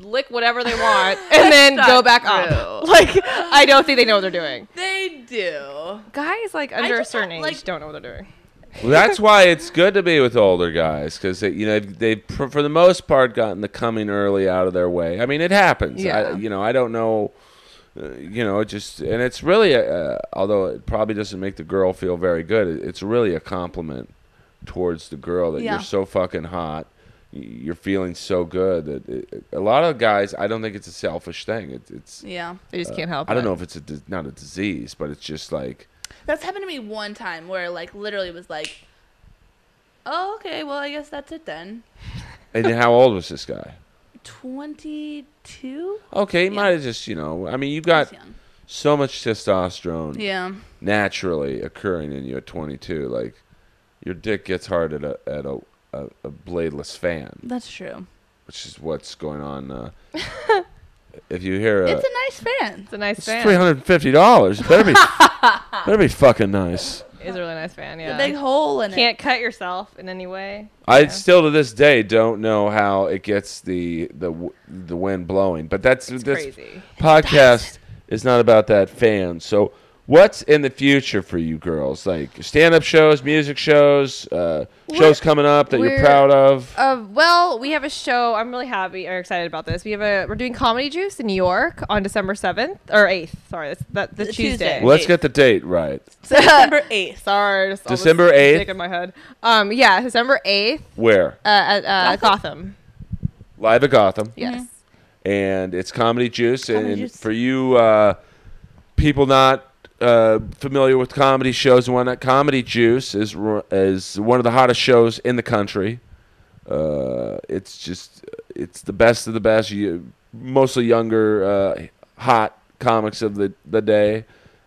lick whatever they want, and then go
not
back up. Like I don't think they know what they're doing.
they do.
Guys like under a
just
certain
ha-
age
like-
don't know what they're doing.
Well, that's why it's good to be with older guys because you know they've for for the most part gotten the coming early out of their way. I mean, it happens. I,
Yeah.
you know, I don't know. uh, You know, it just and it's really, a, uh, although it probably doesn't make the girl feel very good, it- it's really a compliment towards the girl that
Yeah.
you're so fucking hot, y- you're feeling so good that it, a lot of guys, I don't think it's a selfish thing. It, it's
Yeah.
They just can't help.
Uh, I don't
it.
know if it's a di- not a disease, but it's just like
That's happened to me one time where like literally was like, "Oh, okay, well I guess that's it then."
And how old was this guy?
Twenty-two.
Okay, he
Yeah.
might have just, you know, I mean, you've got
young.
so much testosterone
Yeah.
naturally occurring in you at 22. Like, your dick gets hard at a, at a, a, a bladeless fan,
That's true.
which is what's going on. Uh, if you hear a,
it's a nice fan.
It's a nice
it's
fan.
$350. It better be, better be fucking nice.
It's a really nice fan.
The
Yeah.
big hole in
can't cut yourself in any way.
I still to this day don't know how it gets the the w- the wind blowing, but that's
It's
this
crazy.
podcast is not about that fan. So what's in the future for you girls? Like stand up shows, music shows, uh, shows coming up that you're
we're-
proud of.
Uh, well, we have a show. I'm really happy or excited about this. We have a we're doing Comedy Juice in New York on December seventh or eighth. Sorry, that's that the
The
Tuesday.
Tuesday.
Let's get the date right.
it. December eighth.
Sorry, just all this
December 8th.
dick in my head. Um, yeah, December eighth
Where?
uh, at uh,
Gotham? Mm-hmm.
Gotham.
Live at Gotham,
Yes.
and it's comedy juice.
Comedy
and
Juice.
for you uh, people not. Uh, familiar with comedy shows and whatnot. Comedy Juice is ru- is one of the hottest shows in the country. uh, it's just it's the best of the best. You, mostly younger, uh, hot comics of the the day.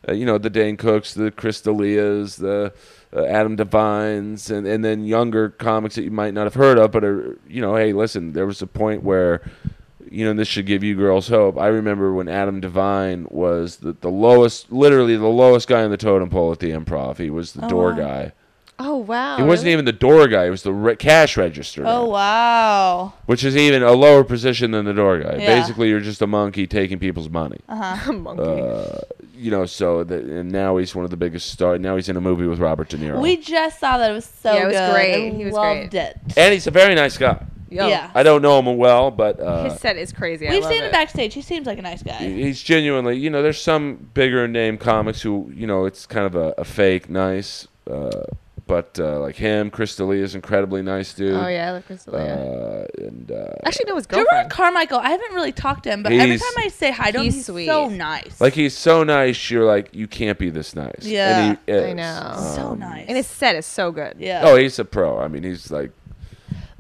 Uh, you know the Dane Cooks, the Chris D'Elias, the uh, Adam Devines, and and then younger comics that you might not have heard of, but are you know hey listen, there was a point where. You know, this should give you girls hope. I remember when Adam Devine was the, the lowest, literally the lowest guy on the totem pole at the improv. He was the
Oh,
door
wow.
guy.
Oh wow.
He wasn't
really?
even the door guy. He was the re- cash register. guy
Oh wow.
which is even a lower position than the door guy.
Yeah.
Basically, you're just a monkey taking people's money.
Uh huh.
a monkey.
Uh, you know, so the, and now he's one of the biggest stars. Now he's in a movie with Robert De Niro,
We just saw that. It was so
Yeah, it was
good.
great.
I
He was
loved
great.
it.
and he's a very nice guy.
Yo,
Yeah.
I don't know him well, but uh,
His set is crazy. I
We've
love
seen
it.
him backstage. He seems like a nice guy.
he's genuinely. You know, there's some bigger name comics who you know it's kind of a, a fake nice, uh, but uh, like him, Chris D'Elia is incredibly nice dude.
Oh yeah, I love Chris D'Elia.
Uh, and uh,
Actually, no, his
Gerard
girlfriend.
Carmichael. I haven't really talked to him, but every
He's-
time I say hi to him,
he's
he's,
sweet.
so nice.
like he's so nice, you're like you can't be this nice.
Yeah.
and he is.
I know.
so
Um,
nice.
And his set is so good.
yeah.
Oh, he's a pro. I mean, he's like.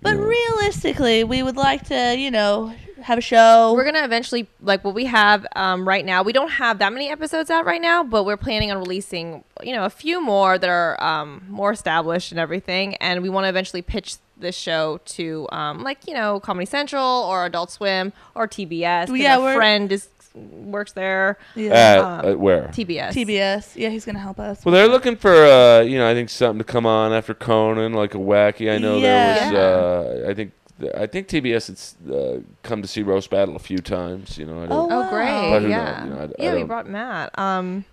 But
Yeah.
realistically, we would like to, you know, have a show.
We're gonna eventually like what we have um, right now. We don't have that many episodes out right now, but we're planning on releasing you know a few more that are um, more established and everything. And we want to eventually pitch this show to um, like you know Comedy Central or Adult Swim or TBS. 'cause
Yeah,
our
we're-
friend is works there.
yeah.
um,
At, at where?
TBS.
TBS. Yeah, he's gonna help us.
well, they're looking for, uh, you know, I think something to come on after Conan, like a wacky. I know
Yeah.
there was, uh, I think, I think TBS has uh, come to see Roast Battle a few times. You know, I don't,
Oh,
Wow.
But who
great! Yeah,
knows, you know, I- I
yeah. we
don't-
brought Matt. Um,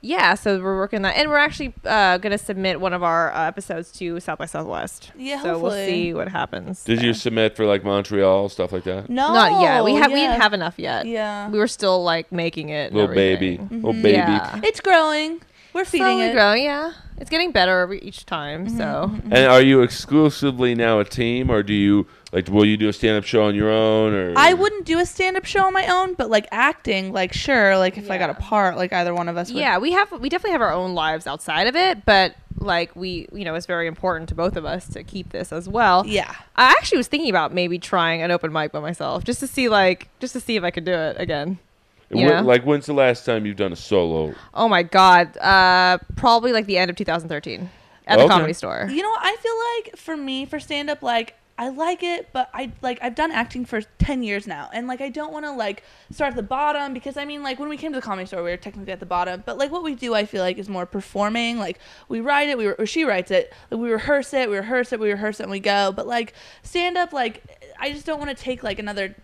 yeah. So we're working that, and we're actually uh, gonna submit one of our uh, episodes to South by Southwest.
Yeah,
So we'll
hopefully.
see what happens.
did you submit for like Montreal stuff like that?
No,
Not yet. We have we
Oh, yeah.
didn't have enough yet.
Yeah.
We were still like making it. and
Little baby,
everything.
little baby.
Mm-hmm. Yeah.
It's growing. We're feeding
Slowly
it. Mm-hmm,
growing. Yeah. It's getting better every, each time. So
And are you exclusively now a team, or do you like? Will you do a stand-up show on your own, or
I wouldn't do a stand-up show on my own, but like acting, like sure, like if I got a
Yeah.
part, like either one of us would.
yeah, we have we definitely have our own lives outside of it, but like we you know it's very important to both of us to keep this as well.
Yeah.
I actually was thinking about maybe trying an open mic by myself just to see like just to see if I could do it again.
When-
Yeah.
like when's the last time you've done a solo?
Oh my god. Uh probably like the end of 2013 at the
Okay.
comedy store.
You know, I feel like for me, for stand up, like I like it, but I like I've done acting for ten years now, and like I don't want to like start at the bottom because I mean, like when we came to the comedy store, we were technically at the bottom, but like what we do, I feel like is more performing. Like we write it, we re- or she writes it, like, we rehearse it, we rehearse it, we rehearse it, and we go. But like stand up, like I just don't want to take like another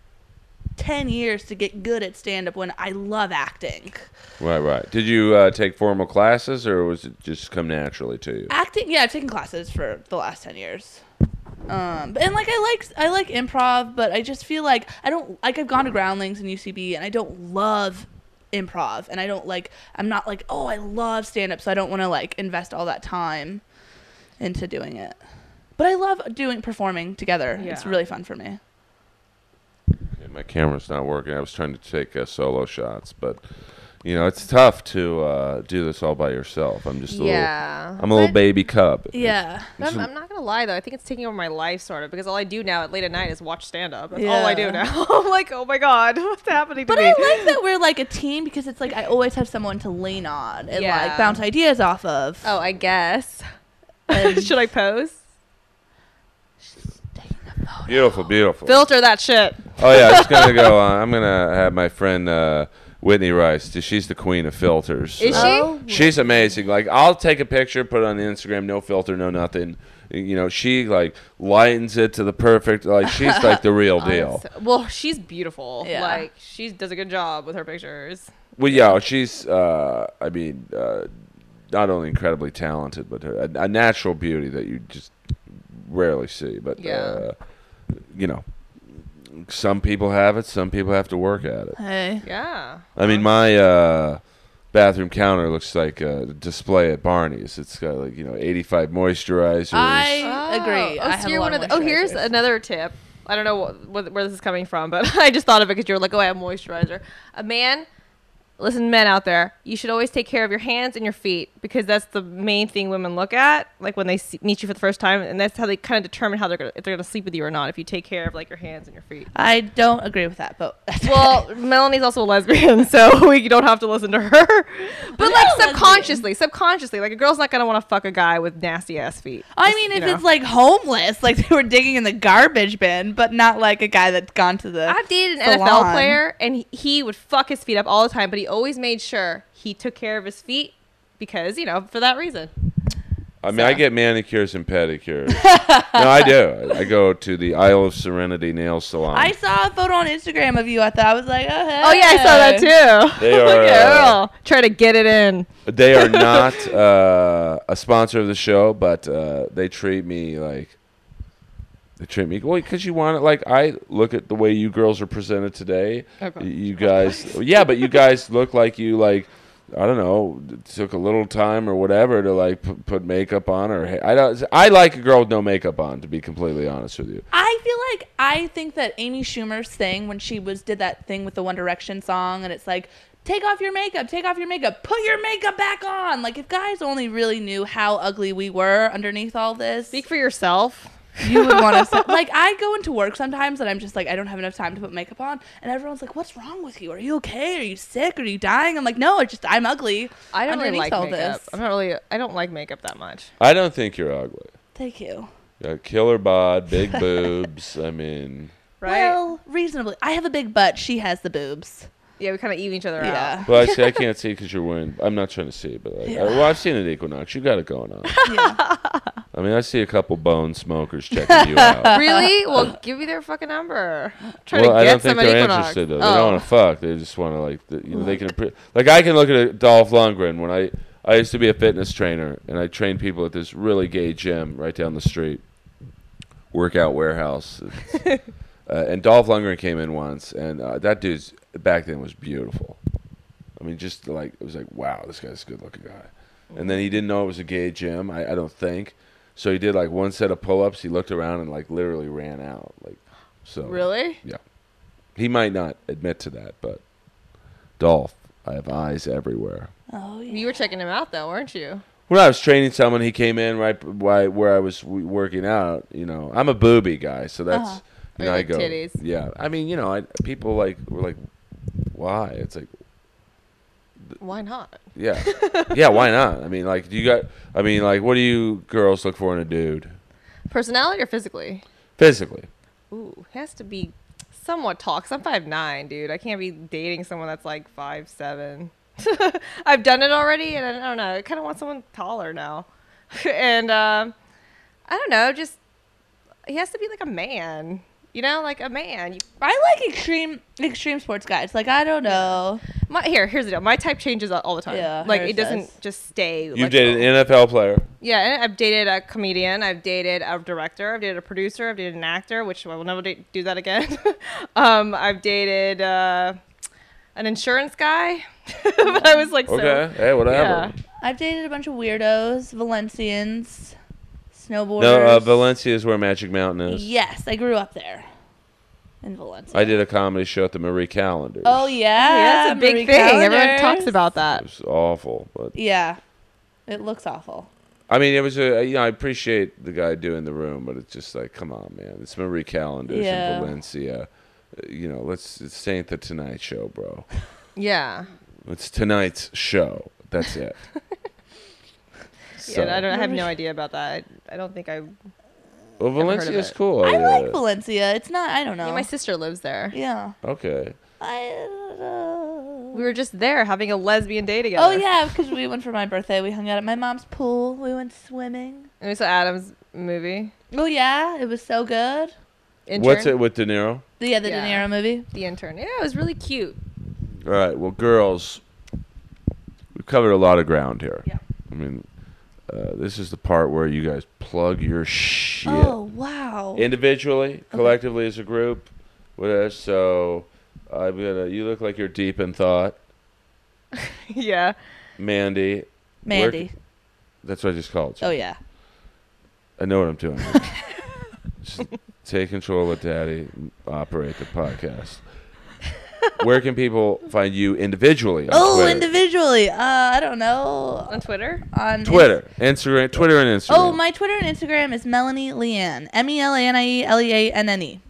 10 years to get good at stand up when I love acting.
Right, right. Did you uh, take formal classes, or was it just come naturally to you?
Acting, yeah, I've taken classes for the last 10 years. Um, and like I like I like improv, but I just feel like I don't like I've gone to Groundlings and UCB, and I don't love improv, and I don't like I'm not like oh I love stand up, so I don't want to like invest all that time into doing it. But I love doing performing together. It's
Yeah.
really fun for me.
Yeah, my camera's not working. I was trying to take uh, solo shots, but you know it's tough to uh, do this all by yourself. I'm just a
Yeah.
little, I'm a little
But-
baby cub.
Yeah,
But I'm, I'm not gonna lie though. I think it's taking over my life sort of because all I do now at late at night is watch stand up. That's all I
Yeah.
do now. I'm like, oh my god, what's happening to
But
me?
I like that we're like a team because it's like I always have someone to lean on and like
Yeah.
bounce ideas off of.
oh, I guess.
And-
Should I pose?
Beautiful, beautiful.
Filter that shit.
Oh yeah, I'm just gonna go. Uh, I'm gonna have my friend uh, Whitney Rice. She's the queen of filters.
Is
Uh,
she?
Oh,
She's amazing. Like I'll take a picture, put it on Instagram, no filter, no nothing. You know, she like lightens it to the perfect. Like she's like the real deal.
Honest- Well, she's beautiful.
Oh, Yeah.
Like she does a good job with her pictures.
Well, yeah, she's. Uh, I mean, uh, not only incredibly talented, but her, a, a natural beauty that you just rarely see. But
Yeah.
uh, you know, some people have it. Some people have to work at it.
Hey.
Yeah.
I mean, my uh, bathroom counter looks like a display at Barney's. It's got like you know, eighty-five moisturizers.
I agree.
Oh, so
I have a
you're
lot
one
of
of the- oh, here's
moisturizers.
another tip. I don't know wh- wh- where this is coming from, but I just thought of it because you were like, "Oh, I have moisturizer." A man, listen, men out there, you should always take care of your hands and your feet because that's the main thing women look at, like when they see, meet you for the first time, and that's how they kind of determine how they're gonna, if they're gonna sleep with you or not. If you take care of like your hands and your feet.
I don't agree with that, but
Well, Melanie's also a lesbian, so we don't have to listen to her. But like
not a lesbian.
subconsciously, subconsciously, like a girl's not gonna want to fuck a guy with nasty ass feet.
I
Just,
mean,
you
if
know.
it's like homeless, like they were digging in the garbage bin, but not like a guy that's gone to the.
I've dated an
salon.
NFL player, and he- he would fuck his feet up all the time, but he always made sure he took care of his feet because you know for that reason.
I mean, I get manicures and pedicures. no, I do. I, I go to the Isle of Serenity nail salon.
I saw a photo on Instagram of you. I thought I was like, oh,
Oh yeah, I saw that
hey.
too.
They are,
Look at
uh,
Earl trying to get it in.
They are not uh, a sponsor of the show, but uh, they treat me like they treat me well because you want it. Like I look at the way you girls are presented today.
Okay.
You guys, yeah, but you guys look like you like. I don't know. Took a little time or whatever to like p- put makeup on, or ha- I don't. I like a girl with no makeup on. To be completely honest with you,
I feel like I think that Amy Schumer's thing when she was did that thing with the One Direction song, and it's like, take off your makeup, take off your makeup, put your makeup back on. Like if guys only really knew how ugly we were underneath all this,
Speak for yourself.
you would want to. like I go into work sometimes, and I'm just like, I don't have enough time to put makeup on, and everyone's like, what's wrong with you? Are you okay? Are you sick? Are you dying? I'm like, no, I just I'm ugly.
I don't really
underneath
like makeup. I'm not really. I don't like makeup that much.
I don't think you're ugly.
Thank you.
Yeah, killer bod, big boobs. I mean,
Right?
Well, reasonably. I have a big butt. She has the boobs.
yeah, we kind of even each other
Yeah.
Well, I see. I can't see because you're wearing. I'm not trying to see, but like,
Yeah.
I, well, I've seen an Equinox. You got it going on.
Yeah.
I mean, I see a couple bone smokers checking you out.
out. really? Well, give me their fucking number. I'm trying
well,
to
I
get
don't think
some at
they're
Equinox.
interested though. They
Oh.
don't want to fuck. They just want to like, the, you know, they can appre- like. I can look at a Dolph Lundgren when I I used to be a fitness trainer and I trained people at this really gay gym right down the street, workout warehouse. It's- uh, and Dolph Lundgren came in once, and uh, that dude's back then was beautiful. I mean, just like it was like, wow, this guy's a good-looking guy. And then he didn't know it was a gay gym. I, I don't think. So he did like one set of pull-ups. He looked around and like literally ran out. Like, so
Oh. Really?
yeah. He might not admit to that, but Dolph, I have eyes everywhere.
oh yeah.
You were checking him out though, weren't you?
When I was training someone, he came in right b- why- where I was w- working out. You know, I'm a booby guy, so that's
Uh-huh.
you
Or
know, I
like
go.
titties.
Yeah, I mean, you know, I, people like were like, why? It's like,
Why not?
yeah, yeah, why not? I mean, like, do you got? I mean, like, what do you girls look for in a dude?
Personality or physically?
Physically,
Ooh, has to be somewhat tall. Cause I'm five nine, dude. I can't be dating someone that's like five seven. I've done it already, and I don't know. I kind of want someone taller now, and um, I don't know. Just he has to be like a man. You know, like a man. You,
I like extreme extreme sports guys. Like I don't know.
my, here, here's the deal. My type changes all all the time.
Yeah,
like
hers
it doesn't
does.
just stay.
You've
like-
dated an NFL player.
Yeah, and I've dated a comedian. I've dated a director. I've dated a producer. I've dated an actor, which I will never da- do that again. um, I've dated uh, an insurance guy, but I was like,
Okay. hey, whatever.
Yeah.
I've dated a bunch of weirdos, Valencians, snowboarders.
No, uh, Valencia is where Magic Mountain is.
Yes, I grew up there. In Valencia.
I did a comedy show at the Marie Calendar.
Oh yeah.
so, yeah, that's a big
Marie
thing. Everyone
Callender's.
talks about
It
that.
was awful, but
Yeah. It looks awful.
I mean, it was a you know I appreciate the guy doing the room, but it's just like, come on, man, it's Marie Callender's
Yeah.
in Valencia. Uh, You know, let's it ain't the Tonight Show, bro.
Yeah.
It's tonight's show. That's it. so,
yeah I, don't, I have no idea about that. I, I don't think I.
well,
heard of
Valencia's
it.
cool.
I
Oh, yeah.
like Valencia. It's not. I don't know.
Yeah,
Yeah.
my sister lives there.
Okay.
I don't know.
We were just there having a lesbian day together.
Oh yeah, because we went for my birthday. We hung out at my mom's pool. We went swimming.
And we saw Adam's movie.
Oh yeah, it was so good.
Intern.
What's it with De Niro?
The, yeah, the
Yeah.
De Niro movie.
The intern. Yeah, it was really cute.
All right. Well, girls, we've covered a lot of ground here.
Yeah.
I mean, uh, this is the part where you guys plug your shit
Oh wow.
individually, collectively as a group, whatever. So I'm gonna. You look like you're deep in thought,
yeah.
Mandy.
Mandy.
That's what I just called you.
Oh yeah.
I know what I'm doing. Just take control of daddy, and operate the podcast. Where can people find you individually? on
Oh,
Twitter?
individually. Uh, I don't know.
On Twitter.
On
Twitter, Instagram, Twitter, and Instagram.
Oh, my Twitter and Instagram is Melanie Leanne. M E L A N I E L E A N N E.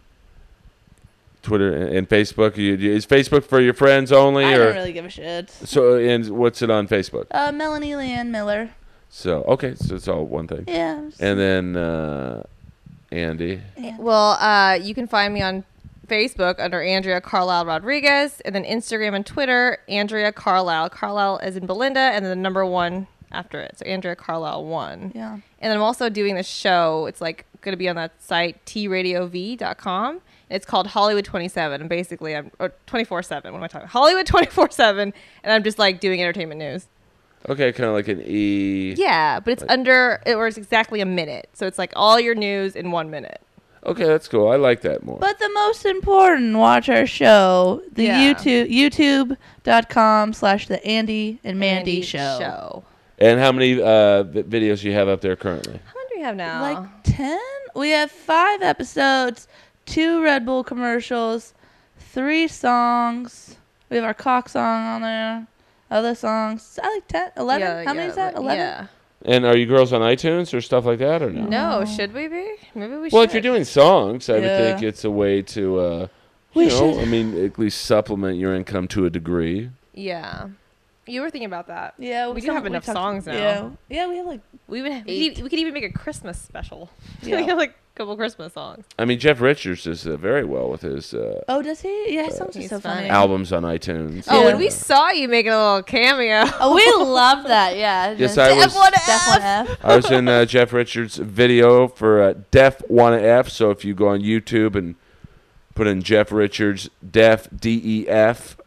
Twitter and, and Facebook. You, you- is Facebook for your friends only,
I
or
don't really give a shit.
so? And what's it on Facebook?
Uh, Melanie Leanne Miller.
So okay, so it's all one thing.
Yeah. I'm s-
And then uh, Andy.
Well, uh, you can find me on Facebook under Andrea Carlisle Rodriguez, and then Instagram and Twitter, Andrea Carlisle. Carlisle is in Belinda, and then the number one after it. So Andrea Carlisle one.
Yeah.
And then I'm also doing the show. It's like going to be on that site, tradiov.com. It's called Hollywood 27. And basically, I'm 24 7. What am I talking about? Hollywood 24 7. And I'm just like doing entertainment news.
Okay, kind of like an E.
Yeah, but it's under, or it's exactly a minute. So it's like all your news in one minute.
Okay, that's cool. I like that more.
But the most important, watch our show, the
Yeah.
YouTube YouTube.com slash the Andy and Mandy,
Andy
show.
show.
and how many uh, vi- videos you have up there currently?
How many do we have now?
Like ten? We have five episodes, two Red Bull commercials, three songs. We have our cock song on there. Other songs. I like 10, 11.
Yeah,
How many
yeah,
is that?
like-
11?
Yeah.
And are you girls on iTunes or stuff like that, or no?
No, should we be? Maybe we should.
Well, if you're doing songs, I would
Yeah.
think it's a way to, uh,
We
you know,
should-
I mean, at least supplement your income to a degree.
Yeah. You were thinking about that.
Yeah,
We do have enough songs now.
Yeah, yeah, we have like
We would have, we,
Eight.
could, we could even make a Christmas special.
Yeah.
we have like a couple Christmas songs.
I mean, Jeff Richards does uh, very well with his uh,
oh, does he? Yeah, his songs are
He's
so funny.
funny.
albums on iTunes.
Oh,
Yeah.
and we saw you making a little cameo.
Oh, we love that. Yeah.
Yes, I was-
F1F.
I was in uh, Jeff Richards' video for uh, Def Wanna F. So if you go on YouTube and put in Jeff Richards Def D E F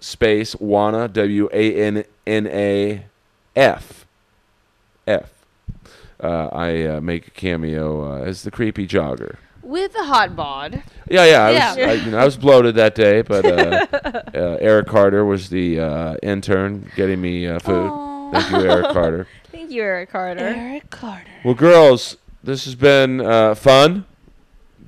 space Wanna W A N N A F F. Uh, I uh, make a cameo uh, as the creepy jogger.
With a hot bod.
Yeah, yeah. I was,
Yeah.
I, you know, I was bloated that day, but uh, uh, Eric Carter was the uh, intern getting me uh, food.
Aw.
Thank you, Eric Carter.
Thank you, Eric Carter.
Eric Carter.
Well, girls, this has been uh, fun.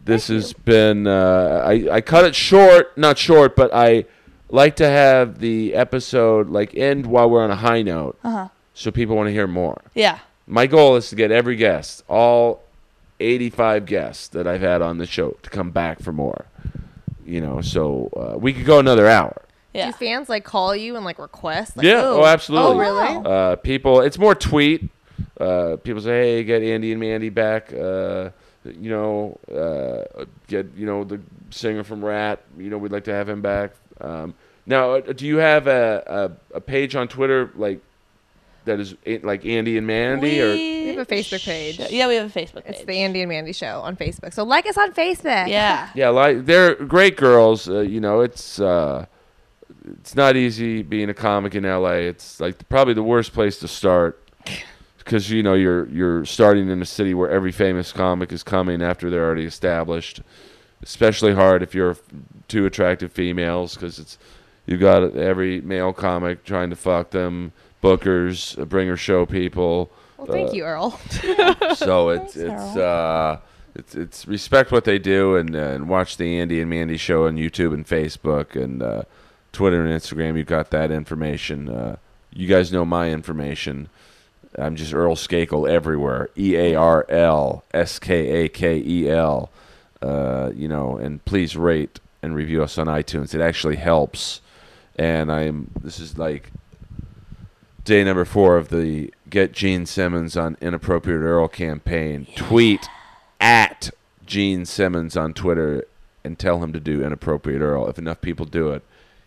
This has been. Uh, I I cut it short, not short, but I like to have the episode like end while we're on a high note,
Uh
Uh-huh.
huh.
so people want to hear more.
Yeah.
My goal is to get every guest, all 85 guests that I've had on the show, to come back for more. You know, so uh, we could go another hour.
Yeah.
Do fans like call you and like request? Like,
yeah. Oh, absolutely.
Oh, really?
wow.
Uh, people, it's more tweet. Uh, people say, "Hey, get Andy and Mandy back." Uh, you know, uh, get you know the singer from Rat. You know, we'd like to have him back. Um, now, uh, do you have a, a a page on Twitter like that is eh, like Andy and Mandy or?
We
have a Facebook page.
Show. Yeah, we have a Facebook page.
It's the Andy and Mandy Show on Facebook. So like us on Facebook.
yeah.
Yeah, like they're great girls. Uh, you know, it's uh, it's not easy being a comic in L.A. It's like probably the worst place to start because you know you're you're starting in a city where every famous comic is coming after they're already established. Especially hard if you're two attractive females because it's you've got every male comic trying to fuck them, bookers, uh, bringer show people.
Well, thank
uh,
you, Earl.
so it's it's uh it's it's respect what they do and uh, and watch the Andy and Mandy show on YouTube and Facebook and uh, Twitter and Instagram. You got that information. Uh, you guys know my information. I'm just Earl Skakel everywhere. E A R L S K A K E L. Uh, you know, and please rate and review us on iTunes. It actually helps. And I'm this is like day number four of the Get Gene Simmons on Inappropriate Earl campaign. Tweet at Gene Simmons on Twitter and tell him to do Inappropriate Earl. If enough people do it,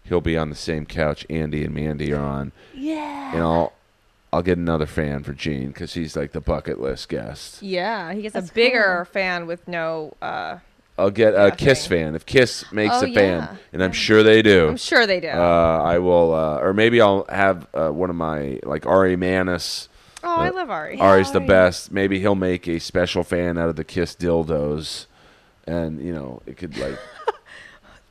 he'll be on the same couch Andy and Mandy are on.
Yeah.
And I'll, I'll get another fan for Gene because he's like the bucket list guest.
yeah, he gets
That's
a bigger fan with no. Uh,
I'll get a
Yeah,
Kiss
thing.
fan if Kiss makes
Oh,
a fan,
yeah.
and I'm sure they do.
I'm sure they do.
Oh. Uh, I will, uh, or maybe I'll have uh, one of my like Ari Manis.
oh,
uh,
I love Ari.
Ari's the
Ari.
best. Maybe he'll make a special fan out of the Kiss dildos, and you know it could like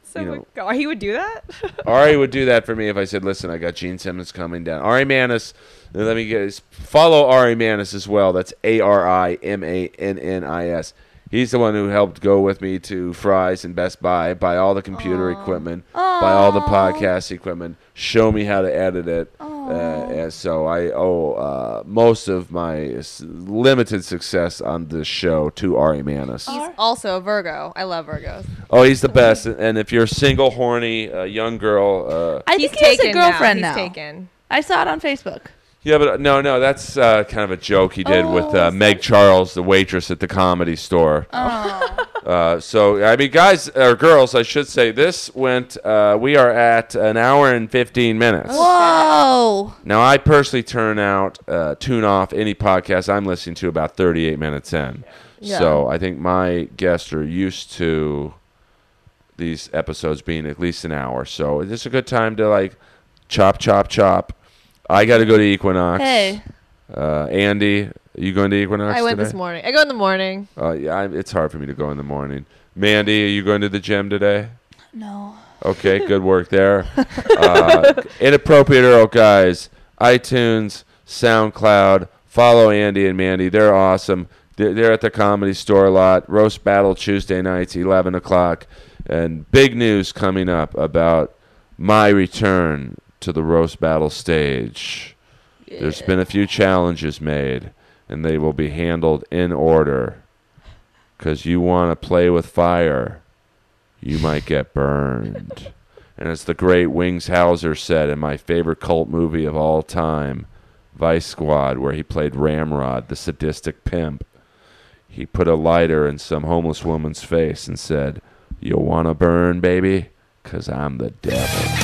So
you
we-
know.
oh, he would do that.
Ari would do that for me if I said, "Listen, I got Gene Simmons coming down." Ari Manis, let me get follow Ari Manis as well. That's A R I M A N N I S. He's the one who helped go with me to Fry's and Best Buy, buy all the computer equipment, buy all the podcast equipment, show me how to edit it. Uh, and so I owe uh, most of my s- limited success on this show to Ari Manis.
He's also a Virgo. I love Virgos.
Oh, he's the best. And if you're a single, horny, uh, young girl, uh,
I
He's
think he has a
taken
girlfriend
now.
now.
He's taken.
I saw it on Facebook.
Yeah, but uh, no, no, that's uh, kind of a joke he did with
Oh,
uh, Meg Charles, the waitress at the comedy store.
Oh.
Uh, so, I mean, guys or girls, I should say, this went. Uh, we are at an hour and fifteen minutes.
Whoa.
Now, I personally turn out, uh, tune off any podcast I'm listening to about thirty-eight minutes in.
Yeah.
So, I think my guests are used to these episodes being at least an hour. So, it's just a good time to like chop, chop, chop. I got to go to Equinox.
Hey.
Uh, Andy, you going to Equinox
I went
today?
this morning. I go in the morning.
Uh, yeah, I, it's hard for me to go in the morning. Mandy, are you going to the gym today?
No.
Okay, good work there. Uh, inappropriate Earl guys, iTunes, SoundCloud. Follow Andy and Mandy. They're awesome. They're, they're at the Comedy Store a lot. Roast Battle Tuesday nights, eleven o'clock, and big news coming up about my return to the Roast Battle stage. There's been a few challenges made, and they will be handled in order. Because you want to play with fire, you might get burned. and as the great Wings Hauser said in my favorite cult movie of all time, Vice Squad, where he played Ramrod, the sadistic pimp, he put a lighter in some homeless woman's face and said, You want to burn, baby? Because I'm the devil.